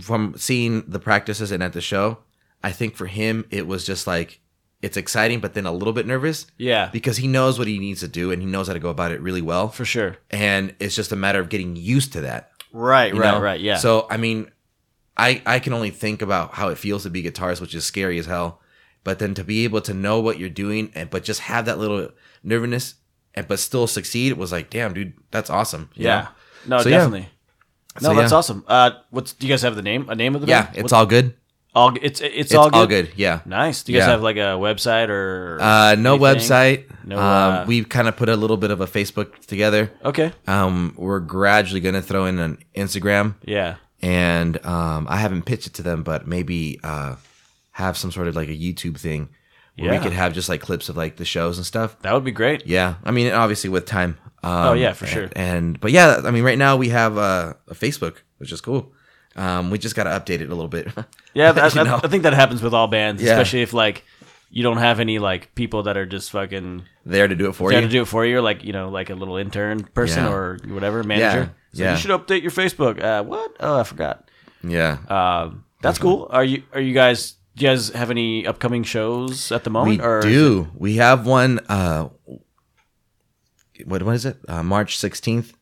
S7: from seeing the practices and at the show, I think for him it was just like it's exciting, but then a little bit nervous
S6: Yeah,
S7: because he knows what he needs to do and he knows how to go about it really well.
S6: for sure.
S7: and it's just a matter of getting used to that.
S6: Right,
S7: you
S6: right,
S7: know?
S6: right. Yeah.
S7: So I mean, I I can only think about how it feels to be a guitarist, which is scary as hell. But then to be able to know what you're doing and but just have that little nervousness and but still succeed was like, damn, dude, that's awesome. you
S6: yeah,
S7: know?
S6: no,
S7: So, yeah.
S6: definitely. No,
S7: So,
S6: that's
S7: yeah.
S6: awesome. Uh, what's do you guys have the name? A name of the
S7: Yeah,
S6: band?
S7: it's
S6: What's-
S7: all good.
S6: all it's it's,
S7: It's,
S6: all, good.
S7: Yeah.
S6: Nice. Do you guys
S7: Yeah.
S6: have like a website or
S7: Uh, no
S6: anything?
S7: website.
S6: No,
S7: um,
S6: uh,
S7: we kind of put a little bit of a Facebook together.
S6: Okay.
S7: Um, we're gradually going to throw in an Instagram.
S6: Yeah.
S7: and um, I haven't pitched it to them, but maybe uh, have some sort of like a YouTube thing where
S6: Yeah.
S7: we could have just like clips of like the shows and stuff.
S6: That would be great.
S7: Yeah, I mean, obviously with time. Um,
S6: Oh, yeah, for sure.
S7: And, but yeah, I mean, right now we have uh, a Facebook, which is cool. Um, we just got to update it a little bit.
S6: Yeah, that,
S7: You
S6: that-
S7: know?
S6: I think that happens with all bands,
S7: Yeah.
S6: especially if like you don't have any like people that are just fucking
S7: there to do it for
S6: there
S7: you.
S6: to do it for you, like you know, like a little intern person
S7: Yeah.
S6: or whatever manager.
S7: Yeah,
S6: So
S7: yeah.
S6: you should update your Facebook. Uh, what? Oh, I forgot.
S7: yeah,
S6: Um,
S7: Mm-hmm.
S6: that's cool. Are you are you guys? Do you guys have any upcoming shows at the
S7: we
S6: moment? or
S7: do. We have one. Uh, what what is it? Uh, March sixteenth.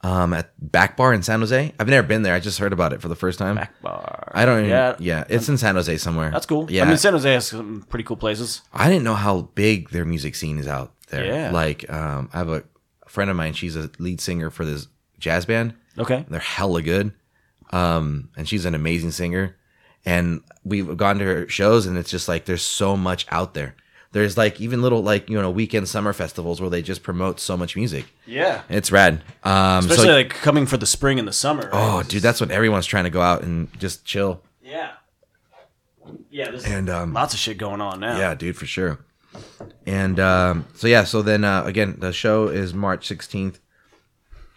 S7: Um, at Back Bar in San Jose. I've never been there. I just heard about it for the first time.
S6: Back bar.
S7: I don't. Even,
S6: Yeah.
S7: yeah, it's in San Jose somewhere.
S6: That's cool.
S7: Yeah,
S6: I mean, San Jose has some pretty cool places.
S7: I didn't know how big their music scene is out there.
S6: Yeah.
S7: like um, I have a friend of mine. She's a lead singer for this jazz band.
S6: Okay.
S7: They're hella good, um, and she's an amazing singer. And we've gone to her shows, and it's just like there's so much out there. There's like even little like you know weekend summer festivals where they just promote so much music.
S6: Yeah.
S7: It's rad. Um, so-
S6: Especially like coming for the spring and the summer. right?
S7: oh,
S6: This
S7: dude,
S6: is-
S7: that's when everyone's trying to go out and just chill.
S6: yeah. Yeah. There's
S7: And um,
S6: lots of shit going on now.
S7: Yeah, dude, for sure. And um, so yeah, so then uh, again, the show is March sixteenth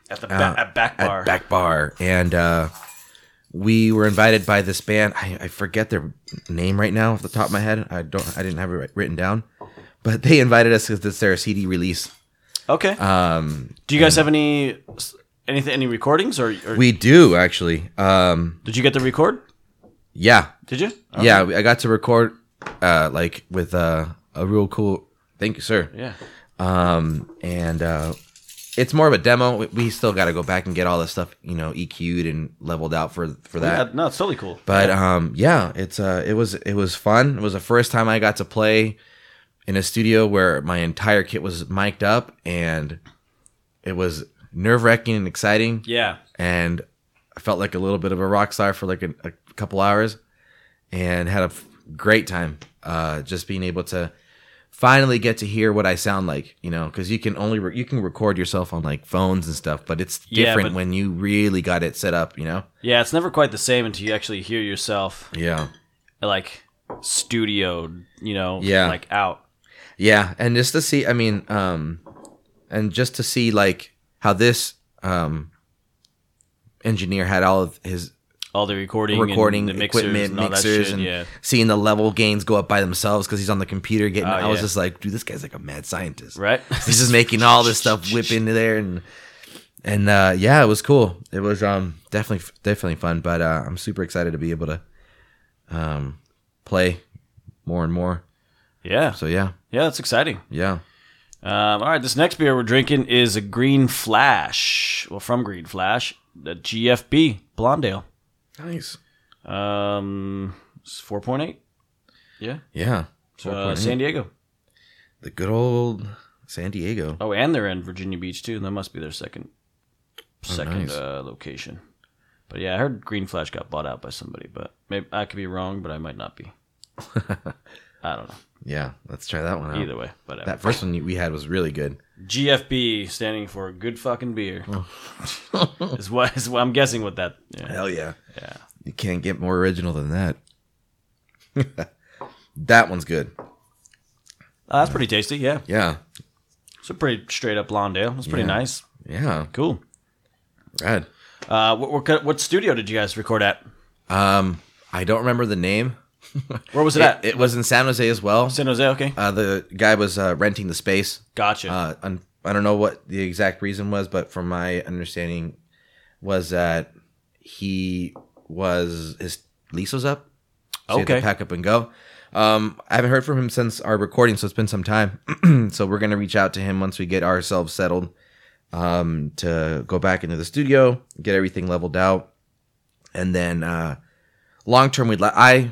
S6: At the ba- at back bar.
S7: Uh, at Back Bar, and uh, we were invited by this band. I, I forget their name right now off the top of my head. I don't. I didn't have it writ- written down, but they invited us because it's their CD release.
S6: Okay.
S7: Um,
S6: Do you guys have any anything any recordings or, or
S7: we do actually. Um,
S6: did you get to record?
S7: yeah,
S6: Did you?
S7: yeah. I got to record uh, like with uh, a real cool. Thank you, sir.
S6: Yeah.
S7: um and uh it's more of a demo We- we still got to go back and get all this stuff you know eq'd and leveled out for for that
S6: Yeah, no, it's totally cool.
S7: but um yeah it's uh it was it was fun it was the first time i got to play in a studio where my entire kit was mic'd up and it was nerve-wracking and exciting
S6: yeah.
S7: and i felt like a little bit of a rock star for like a, a couple hours and had a f- great time uh just being able to finally get to hear what I sound like, you know, because you can only re- you can record yourself on like phones and stuff, but it's
S6: Yeah,
S7: different
S6: but-
S7: when you really got it set up, you know.
S6: Yeah, it's never quite the same until you actually hear yourself
S7: Yeah.
S6: like studioed, you know,
S7: Yeah.
S6: like out.
S7: Yeah, and just to see, I mean, um, and just to see like how this um engineer had all of his
S6: All the recording, and
S7: recording
S6: the mixers
S7: equipment,
S6: and all that
S7: mixers,
S6: shit,
S7: and
S6: yeah.
S7: seeing the level gains go up by themselves because he's on the computer getting.
S6: Oh,
S7: I was
S6: yeah.
S7: just like, dude, this guy's like a mad scientist.
S6: Right?
S7: He's just making all this stuff whip into there and and uh, yeah, it was cool. It was um definitely definitely fun, but uh, I'm super excited to be able to um play more and more.
S6: yeah.
S7: So yeah,
S6: Yeah, that's exciting.
S7: yeah.
S6: Um, all right, this next beer we're drinking is a Green Flash. Well, from Green Flash, the GFB Blonde Ale.
S7: Nice.
S6: Um, it's 4.8. Yeah.
S7: Yeah.
S6: Uh, San Diego.
S7: The good old San Diego.
S6: Oh, and they're in Virginia Beach too. That must be their second second
S7: Oh, nice.
S6: uh, location. But yeah, I heard Green Flash got bought out by somebody, but maybe I could be wrong, but I might not be. I don't know.
S7: Yeah, let's try that one out.
S6: Either way, whatever.
S7: That first one we had was really good.
S6: GFB standing for good fucking beer. is what is what I'm guessing what that. Yeah.
S7: Hell Oh. yeah.
S6: Yeah.
S7: You can't get more original than that. that one's good.
S6: Oh, that's pretty tasty. Yeah,
S7: Yeah.
S6: it's a pretty straight up blonde ale. It's pretty
S7: Yeah.
S6: nice.
S7: Yeah.
S6: Cool.
S7: Rad.
S6: Uh, what, what co- what studio did you guys record at?
S7: Um, I don't remember the name.
S6: Where was it,
S7: It,
S6: at?
S7: it was in San Jose as well.
S6: San Jose. Okay,
S7: Uh, the guy was uh, renting the space.
S6: gotcha.
S7: Uh, un- I don't know what the exact reason was, but from my understanding, was that he was his lease was up. So he had to
S6: Okay.
S7: pack up and go. Um, I haven't heard from him since our recording, so it's been some time. so we're gonna reach out to him once we get ourselves settled um, to go back into the studio, get everything leveled out, and then uh, long term, we'd like I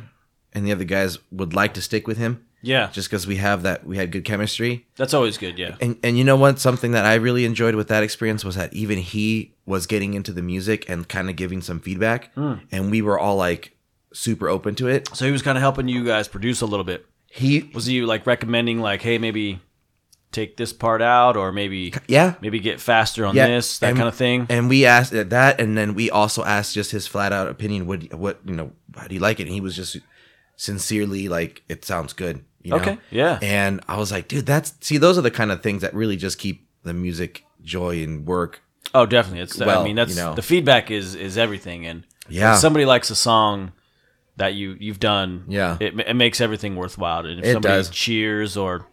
S7: and the other guys would like to stick with him
S6: yeah,
S7: just because we have that we had good chemistry.
S6: that's always good. Yeah,
S7: And and you know what? Something that I really enjoyed with that experience was that even he was getting into the music and kind of giving some feedback,
S6: Hmm.
S7: and we were all like super open to it.
S6: so he was kind of helping you guys produce a little bit.
S7: He,
S6: Was he like recommending like, hey, maybe take this part out, or maybe
S7: yeah,
S6: maybe get faster on
S7: Yeah,
S6: this, that
S7: and-
S6: kind of thing?
S7: and we asked at that, and then we also asked just his flat out opinion. What what you know? How do you like it? And he was just sincerely like, it sounds good. You know?
S6: Okay, yeah.
S7: And I was like, dude, that's see, those are the kind of things that really just keep the music joy and work
S6: oh, definitely. It's I
S7: Well,
S6: mean that's
S7: you know.
S6: the feedback is is everything, and
S7: Yeah.
S6: when somebody likes a song that you you've done.
S7: Yeah.
S6: it, ma- it makes everything worthwhile, and if
S7: It
S6: somebody
S7: does.
S6: cheers or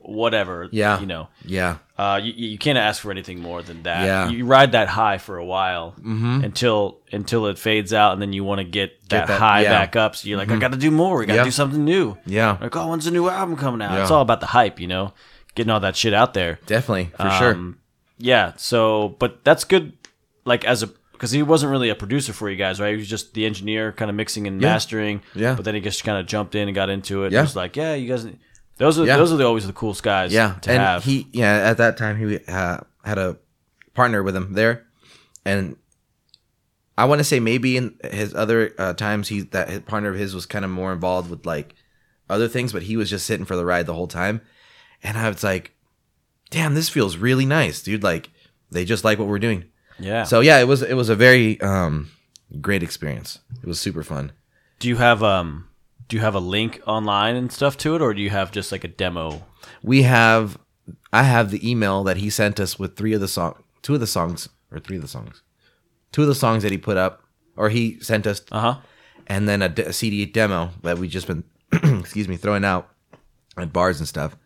S6: whatever,
S7: Yeah.
S6: you know.
S7: Yeah.
S6: Uh, you, you can't ask for anything more than that.
S7: Yeah. Mm-hmm.
S6: You ride that high for a while until until it fades out, and then you want to get that,
S7: that-
S6: high
S7: yeah. Mm-hmm.
S6: back up. So you're like, I got to do more. We got to
S7: Yeah.
S6: do something new.
S7: Yeah.
S6: Like, oh, when's a new album coming out? It's
S7: Yeah.
S6: all about the hype, you know, getting all that shit out there.
S7: Definitely, for sure.
S6: Um, Yeah. So, but that's good. Like as a because he wasn't really a producer for you guys, right? He was just the engineer, kind of mixing and mastering.
S7: Yeah.
S6: But then he just kind of jumped in and got into it.
S7: Yeah.
S6: Yeah. Was like, yeah, you guys. Those are
S7: Yeah.
S6: those are the, always the coolest guys.
S7: Yeah,
S6: To
S7: and
S6: have.
S7: he yeah at that time he uh, had a partner with him there, and I want to say maybe in his other uh, times he that his partner of his was kind of more involved with like other things, but he was just sitting for the ride the whole time, and I was like, damn, this feels really nice, dude. Like they just like what we're doing.
S6: yeah.
S7: So yeah, it was it was a very um, great experience. It was super fun.
S6: Do you have um do you have a link online and stuff to it or do you have just like a demo?
S7: we have I have the email that he sent us with three of the song two of the songs or three of the songs. Two of the songs that he put up or he sent us
S6: Uh-huh.
S7: and then a, d- a CD demo that we just been excuse me throwing out at bars and stuff.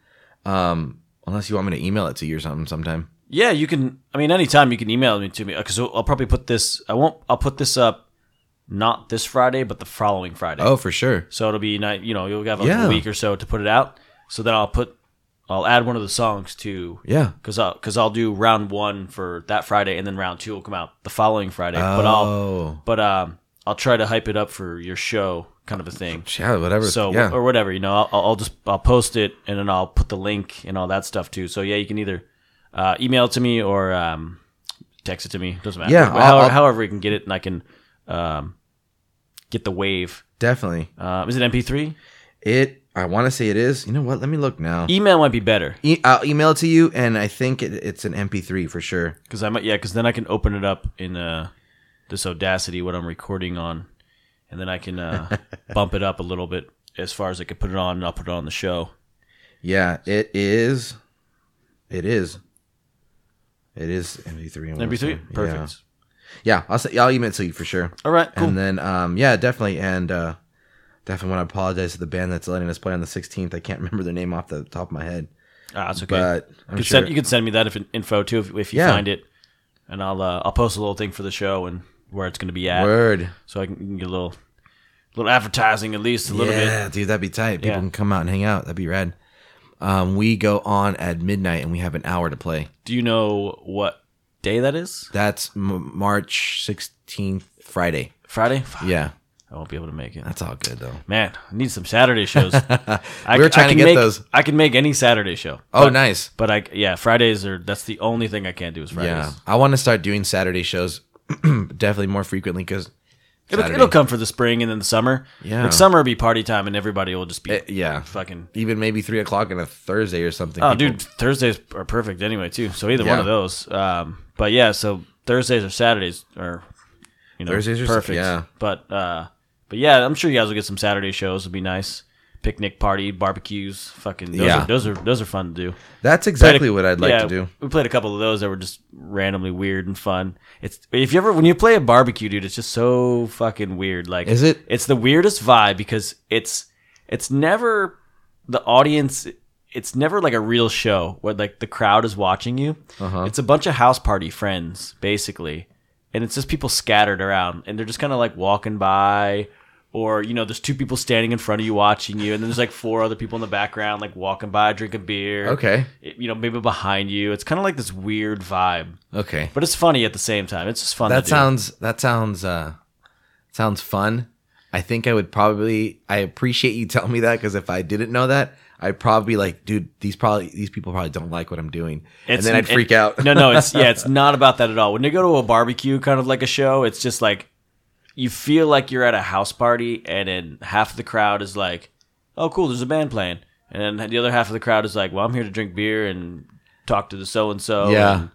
S7: Um unless you want me to email it to you or something sometime.
S6: Yeah, you can I mean anytime you can email me to me cuz I'll probably put this I won't I'll put this up not this Friday but the following Friday.
S7: Oh, for sure.
S6: So it'll be night, you know, you'll have like
S7: Yeah.
S6: a week or so to put it out. So then I'll put I'll add one of the songs to
S7: Yeah.
S6: Cause I'll, cause I'll do round one for that Friday, and then round two will come out the following Friday. But I'll,
S7: oh.
S6: but um, I'll try to hype it up for your show, kind of a thing.
S7: Yeah, whatever.
S6: so uh,
S7: yeah.
S6: or whatever you know I'll, I'll just i'll post it and then i'll put the link and all that stuff too so yeah you can either uh, email it to me or um, text it to me doesn't matter
S7: Yeah,
S6: But
S7: I'll-
S6: however,
S7: I'll-
S6: however you can get it and i can um, get the wave
S7: Definitely.
S6: uh, is it mp3
S7: It I want to say it is. You know what? Let me look now.
S6: Email might be better
S7: E- I'll email it to you, and I think it, it's an MP3 for sure.
S6: because I might yeah because then I can open it up in uh this Audacity what I'm recording on, and then I can uh bump it up a little bit as far as I could put it on and I'll put it on the show.
S7: Yeah, it is. It is. It is MP3. I wanna
S6: Number
S7: say.
S6: three,
S7: Yeah.
S6: perfect.
S7: Yeah, I'll say, I'll email it to you for sure.
S6: All right, cool.
S7: And then, um, yeah, definitely, and uh, definitely want to apologize to the band that's letting us play on the 16th. I can't remember their name off the top of my head,
S6: ah, that's okay.
S7: but
S6: you,
S7: I'm
S6: can
S7: sure.
S6: send, you can send me that if, info too if, if you
S7: Yeah.
S6: find it, and I'll uh, I'll post a little thing for the show and where it's going to be at,
S7: Word.
S6: so I can, can get a little little advertising at least a little
S7: yeah,
S6: bit.
S7: dude, that'd be tight. People
S6: Yeah.
S7: can come out and hang out. That'd be rad. Um, we go on at midnight, and we have an hour to play.
S6: Do you know what day that is?
S7: That's M- March 16th, Friday.
S6: Friday. Fuck,
S7: Yeah,
S6: I won't be able to make it.
S7: that's all good though.
S6: Man, I need some Saturday shows. I,
S7: We were
S6: c-
S7: trying to
S6: can
S7: get
S6: make-
S7: those.
S6: I can make any Saturday show.
S7: Oh,
S6: But-
S7: nice.
S6: But I yeah, Fridays are that's the only thing I can't do is Fridays.
S7: Yeah, I want to start doing Saturday shows definitely more frequently because
S6: It'll, it'll come for the spring and then the summer.
S7: Yeah. Eh,
S6: like summer will be party time and everybody will just be
S7: yeah,
S6: fucking.
S7: even maybe three o'clock on a Thursday or something.
S6: Oh,
S7: people-
S6: dude, Thursdays are perfect anyway too. So either one
S7: Yeah.
S6: of those. Um, but yeah, so Thursdays or Saturdays are you know
S7: Thursdays or Sa-
S6: perfect.
S7: yeah.
S6: But uh, but yeah, I'm sure you guys will get some Saturday shows. It'd be nice. Picnic party, barbecues, fucking. Those
S7: Yeah.
S6: are, those are those are fun to do.
S7: That's
S6: played a-
S7: exactly what I'd like
S6: yeah,
S7: to do.
S6: We played a couple of those that were just randomly weird and fun. It's if you ever when you play a barbecue, dude, it's just so fucking weird. Like,
S7: Is it?
S6: It's the weirdest vibe because it's it's never the audience. It's never like a real show where like the crowd is watching you.
S7: Uh-huh.
S6: It's a bunch of house party friends basically, and it's just people scattered around, and they're just kind of like walking by. Or you know, there's two people standing in front of you watching you, and then there's like four other people in the background, like walking by, drinking beer
S7: Okay.
S6: it- you know, maybe behind you. It's kind of like this weird vibe,
S7: Okay.
S6: but it's funny at the same time. It's just fun.
S7: That
S6: to
S7: sounds that sounds uh sounds fun. I think I would probably I appreciate you telling me that because if I didn't know that, I'd probably be like, dude, these probably these people probably don't like what I'm doing.
S6: do.
S7: and then I'd
S6: it-
S7: freak out.
S6: no, no, it's yeah, it's not about that at all. When you go to a barbecue, kind of like a show, it's just like you feel like you're at a house party, and then half the crowd is like, "Oh, cool, there's a band playing," and then the other half of the crowd is like, "Well, I'm here to drink beer and talk to the so and so."
S7: Yeah.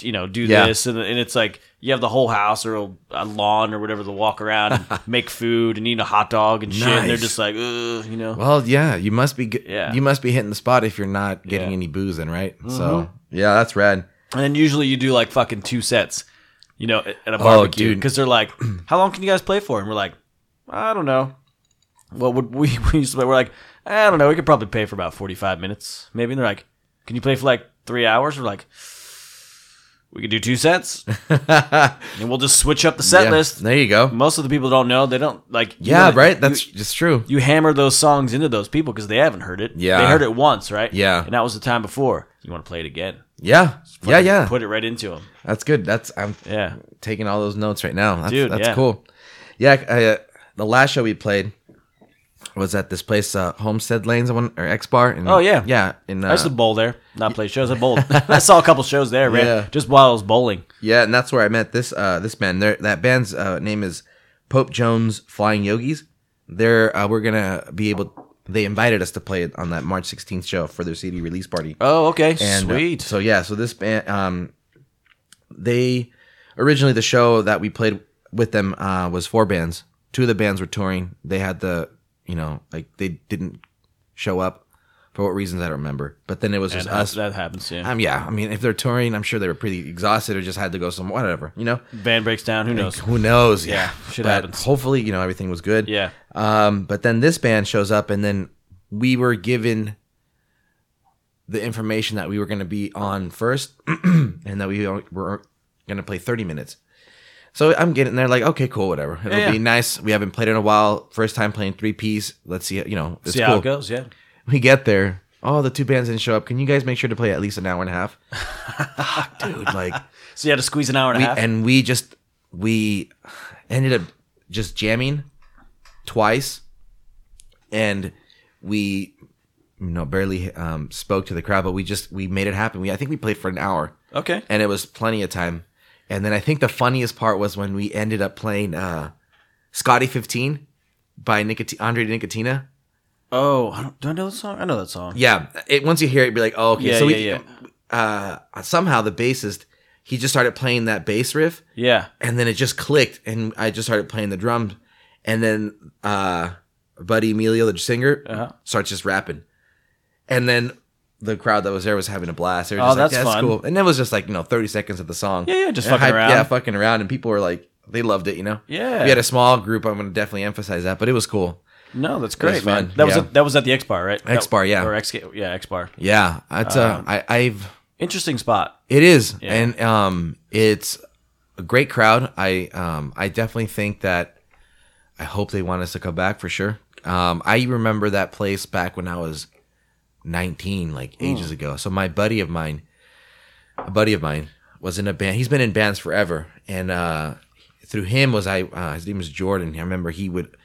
S6: you know, do
S7: Yeah.
S6: this, and, and it's like you have the whole house or a, a lawn or whatever to walk around, and make food, and eat a hot dog and shit. And they're
S7: Nice.
S6: just like, Ugh, you know,
S7: Well, yeah, you must be g-
S6: Yeah.
S7: you must be hitting the spot if you're not getting
S6: Yeah. Mm-hmm.
S7: any booze in, right? So yeah, that's rad.
S6: and then usually you do like fucking two sets, you know, at- at a barbecue
S7: Oh, dude.
S6: because they're like, how long can you guys play for? And we're like, I don't know. What would we we used to play? We're like, I don't know. We could probably play for about forty five minutes, maybe. And they're like, can you play for like three hours? We're like. We could do two sets, and we'll just switch up the set
S7: Yeah,
S6: list.
S7: There you go.
S6: Most of the people don't know. They don't like. you
S7: Yeah,
S6: know,
S7: right?
S6: you-
S7: That's just true.
S6: you hammer those songs into those people because they haven't heard it.
S7: Yeah.
S6: they heard it once, right?
S7: Yeah.
S6: and that was the time before. You want to play it again?
S7: Yeah. Yeah, yeah.
S6: Put it right into them.
S7: That's good. That's I'm
S6: Yeah,
S7: taking all those notes right now. That's,
S6: Dude,
S7: that's
S6: yeah.
S7: cool. Yeah, I, uh, the last show we played was at this place, uh, Homestead Lanes, one or X Bar. In,
S6: Oh, yeah.
S7: yeah, in
S6: I used to
S7: uh,
S6: bowl there. Not play shows. I bowled. I saw a couple shows there, right?
S7: Yeah.
S6: Just while I was bowling.
S7: yeah, and that's where I met this uh, this band. They're, that band's uh, name is Pope Jones Flying Yogis. They're uh, we're gonna be able. They invited us to play it on that March 16th show for their CD release party.
S6: Oh, okay,
S7: And, uh,
S6: sweet.
S7: so yeah, so this band, um, they originally the show that we played with them uh, was four bands. Two of the bands were touring. They had the you know like they didn't show up for what reasons I don't remember. But then it was just
S6: And uh,
S7: us.
S6: That happens. Yeah.
S7: um, yeah, I mean if they're touring, I'm sure they were pretty exhausted or just had to go somewhere. Whatever, you know.
S6: Van breaks down. Who knows?
S7: Who knows? Yeah,
S6: Yeah, shit
S7: But
S6: happens.
S7: Hopefully, you know everything was good.
S6: Yeah.
S7: Um, but then this band shows up, and then we were given the information that we were going to be on first, and that we were going to play 30 minutes. So I'm getting there, like, okay, cool, whatever. It'll
S6: Yeah,
S7: be
S6: yeah.
S7: nice. We haven't played in a while. First time playing three piece. Let's see, you know, it's
S6: See how
S7: cool.
S6: it goes. Yeah.
S7: We get there. Oh, the two bands didn't show up. Can you guys make sure to play at least an hour and a half? Fuck, dude, like,
S6: So you had to squeeze an hour and
S7: we,
S6: a half.
S7: and we just we ended up just jamming twice and we you know barely um, spoke to the crowd but we just we made it happen we i think we played for an hour
S6: okay.
S7: and it was plenty of time and then i think the funniest part was when we ended up playing uh scotty 15 by Nicot- andre nicotina
S6: Oh, I don't, do I know that song? I know that song.
S7: Yeah, it, once you hear it, you'd be like, oh, okay.
S6: Yeah,
S7: so
S6: yeah,
S7: we, Uh, somehow the bassist, he just started playing that bass riff,
S6: Yeah.
S7: and then it just clicked, and I just started playing the drums, and then uh, Buddy Emilio, the singer,
S6: Uh-huh.
S7: starts just rapping, and then the crowd that was there was having a blast. They were
S6: Oh,
S7: just like,
S6: that's
S7: that's
S6: fun.
S7: cool. And it was just like you know thirty seconds of the song.
S6: Yeah, yeah, just
S7: And
S6: fucking
S7: hype-
S6: around.
S7: Yeah, fucking around, and people were like, they loved it. You know,
S6: Yeah.
S7: We had a small group. I'm going to definitely emphasize that, but it was cool.
S6: No, that's
S7: was
S6: great, man.
S7: fun,
S6: That was
S7: yeah.
S6: at, that was at the X Bar, right?
S7: X Bar, yeah.
S6: Or X, yeah, X Bar.
S7: Yeah, it's
S6: Um,
S7: uh, I, I've
S6: Interesting spot.
S7: It is, and um, it's a great crowd. I um, I definitely think that I hope they want us to come back for sure. Um, I remember that place back when I was nineteen, like
S6: Hmm.
S7: ages ago. So my buddy of mine, a buddy of mine, was in a band. He's been in bands forever, and uh, through him was I. Uh, his name was Jordan. I remember he would.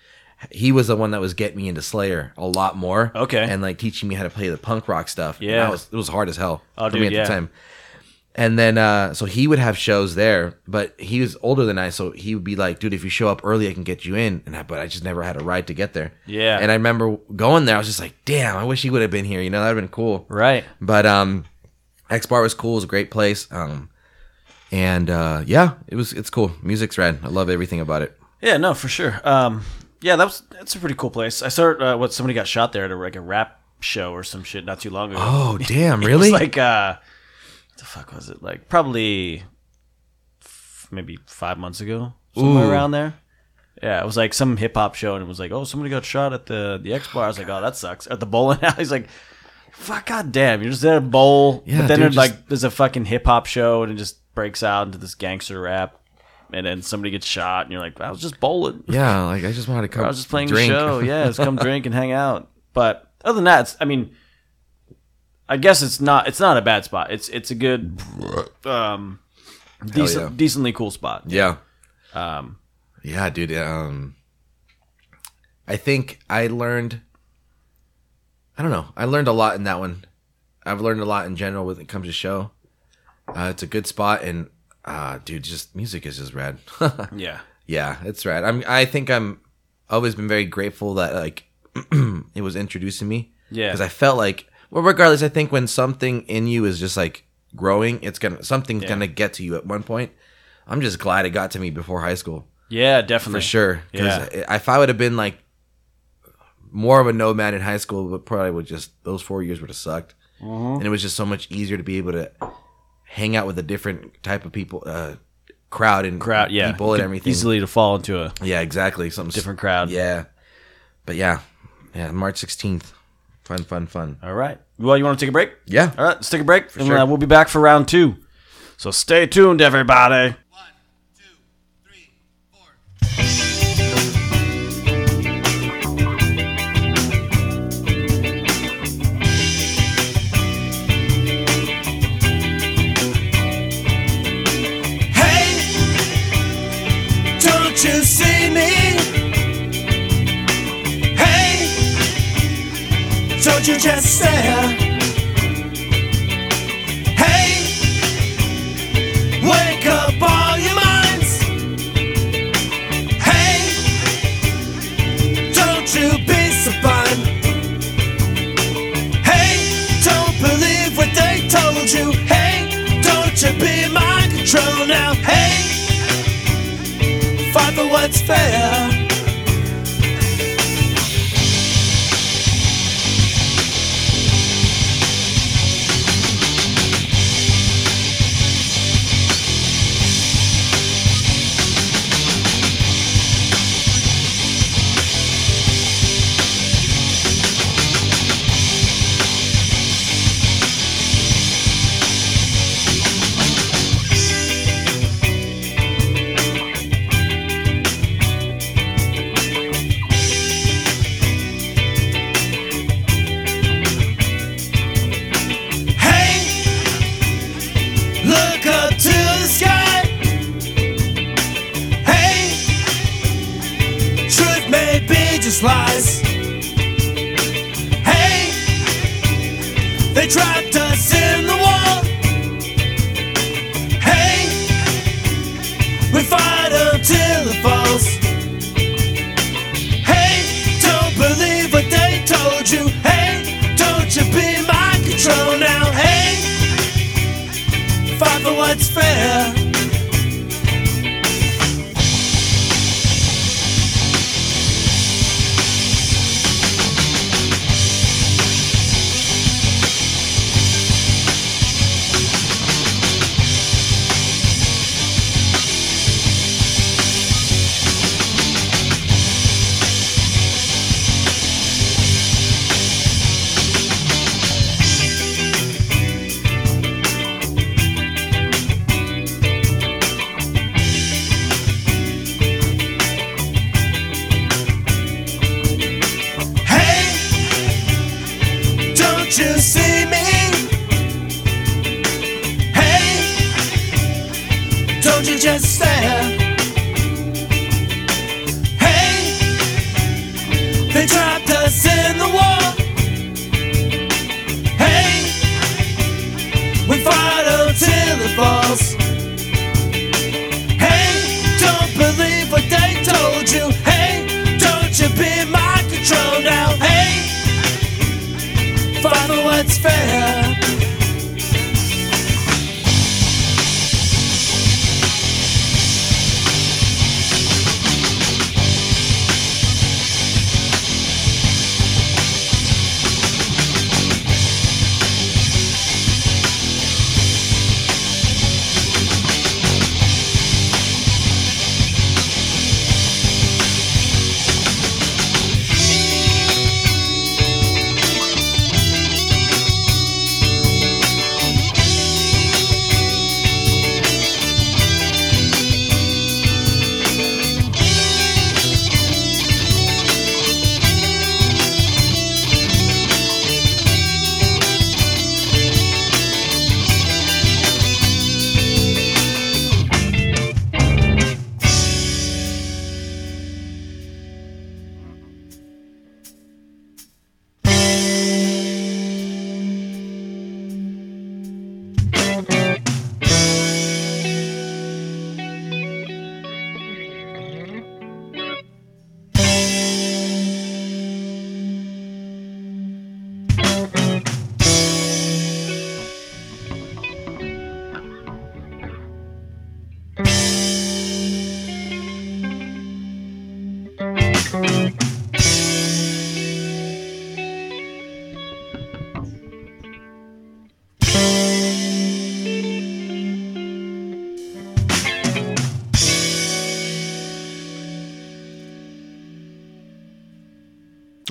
S7: He was the one that was getting me into Slayer a lot more.
S6: Okay.
S7: and like teaching me how to play the punk rock stuff. And
S6: Yeah.
S7: I was, it was hard as hell
S6: Oh,
S7: for
S6: dude,
S7: me at
S6: yeah.
S7: the time. And then uh so he would have shows there, but he was older than I, so he would be like, "Dude, if you show up early, I can get you in." And I, but I just never had a ride to get there.
S6: Yeah.
S7: And I remember going there, I was just like, "Damn, I wish he would have been here." You know, that'd have been cool.
S6: Right.
S7: But um, X Bar was cool. It was a great place. Um, and uh, yeah, it was. It's cool. Music's rad. I love everything about it.
S6: Yeah, no, for sure. Um, yeah, that was that's a pretty cool place. I saw uh, what somebody got shot there at a, like a rap show or some shit not too long ago.
S7: Oh, damn!
S6: It was
S7: Really?
S6: like uh, what the fuck was it? Like probably f- maybe five months ago, somewhere
S7: Ooh.
S6: around there. Yeah, it was like some hip hop show, and it was like, oh, somebody got shot at the the X bar. I was like, oh, that sucks. At the bowling alley, he's like, fuck, goddamn, you're just at a bowl.
S7: Yeah,
S6: but then
S7: dude,
S6: it,
S7: just-
S6: like there's a fucking hip hop show, and it just breaks out into this gangster rap, and then somebody gets shot, and you're like, I was just bowling.
S7: yeah. Like I just wanted to come.
S6: I was just playing
S7: drink.
S6: the show. Yeah, just come drink and hang out. But other than that, it's, I mean, I guess it's not it's not a bad spot. It's it's a good, um, decent,
S7: yeah.
S6: decently cool spot.
S7: Yeah.
S6: Um,
S7: Yeah, dude. Um, I think I learned. I don't know. I learned a lot in that one. I've learned a lot in general when it comes to show. Uh, it's a good spot, and uh, dude, just music is just rad.
S6: yeah,
S7: yeah, it's rad. I'm. I think I'm. Always been very grateful that like it was introducing me
S6: yeah,
S7: because I felt like well, regardless, I think when something in you is just like growing, it's gonna something's
S6: Yeah.
S7: gonna get to you at one point. I'm just glad it got to me before high school
S6: yeah, definitely
S7: for sure.
S6: Yeah.
S7: Because if I would have been like more of a nomad in high school, but probably would just those four years would have sucked.
S6: Mm-hmm.
S7: And it was just so much easier to be able to hang out with a different type of people, uh, crowd and
S6: Crowd, yeah,
S7: people and
S6: Could
S7: everything.
S6: easily to fall into a
S7: Yeah, exactly. Something
S6: different crowd.
S7: Yeah, but yeah, yeah. March sixteenth. Fun, fun, fun.
S6: All right. Well, you want to take a break?
S7: Yeah.
S6: All right, let's take a break, and
S7: sure.
S6: uh, we'll be back for round two. So stay tuned, everybody.
S4: Hey, don't you see me? Hey, don't you just stare? Hey, wake up all your minds. Hey, don't you be supine. Hey, don't believe what they told you. Hey, don't you be in my control now. Hey, fight for what's fair. Hey, look up to the sky. Hey, truth may be just lies. Hey, they trapped us in the wall. Hey, we fight until it falls. Hey, don't believe what they told fair. Hey, don't you see me? Hey, don't you just stare? Hey, they trapped us in the wall. Hey, we fight until it falls. Hey, don't believe what they told you. Hey, don't you be in my control now. Hey, fight for what's fair.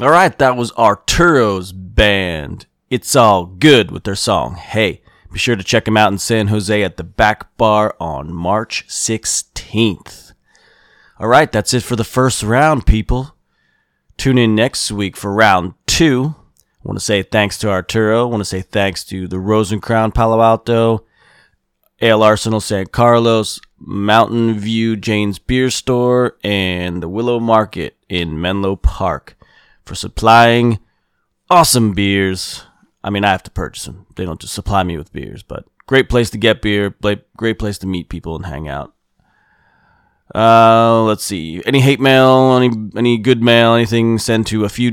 S6: All right, that was Arturo's band. It's all good with their song. Hey, be sure to check them out in San Jose at the Back Bar on March 16th. All right, that's it for the first round, people. Tune in next week for round two. I want to say thanks to Arturo. I want to say thanks to the Rosen Crown Palo Alto, Ale Arsenal San Carlos, Mountain View Jane's Beer Store, and the Willow Market in Menlo Park for supplying awesome beers. I mean, I have to purchase them. They don't just supply me with beers, but great place to get beer, pla- great place to meet people and hang out. Uh, let's see. Any hate mail, any any good mail, anything send to a few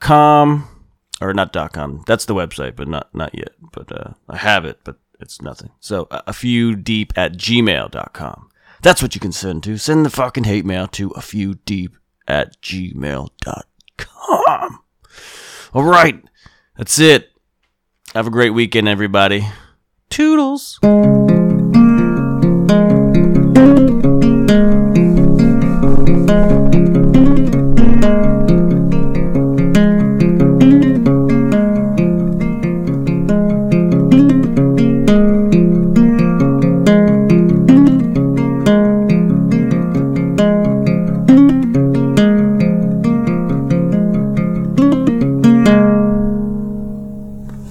S6: com or not dot .com. That's the website, but not not yet. But uh, I have it, but it's nothing. So a, a few deep at gmail.com. That's what you can send to. Send the fucking hate mail to a few deep at gmail.com. All right. That's it. Have a great weekend, everybody. Toodles.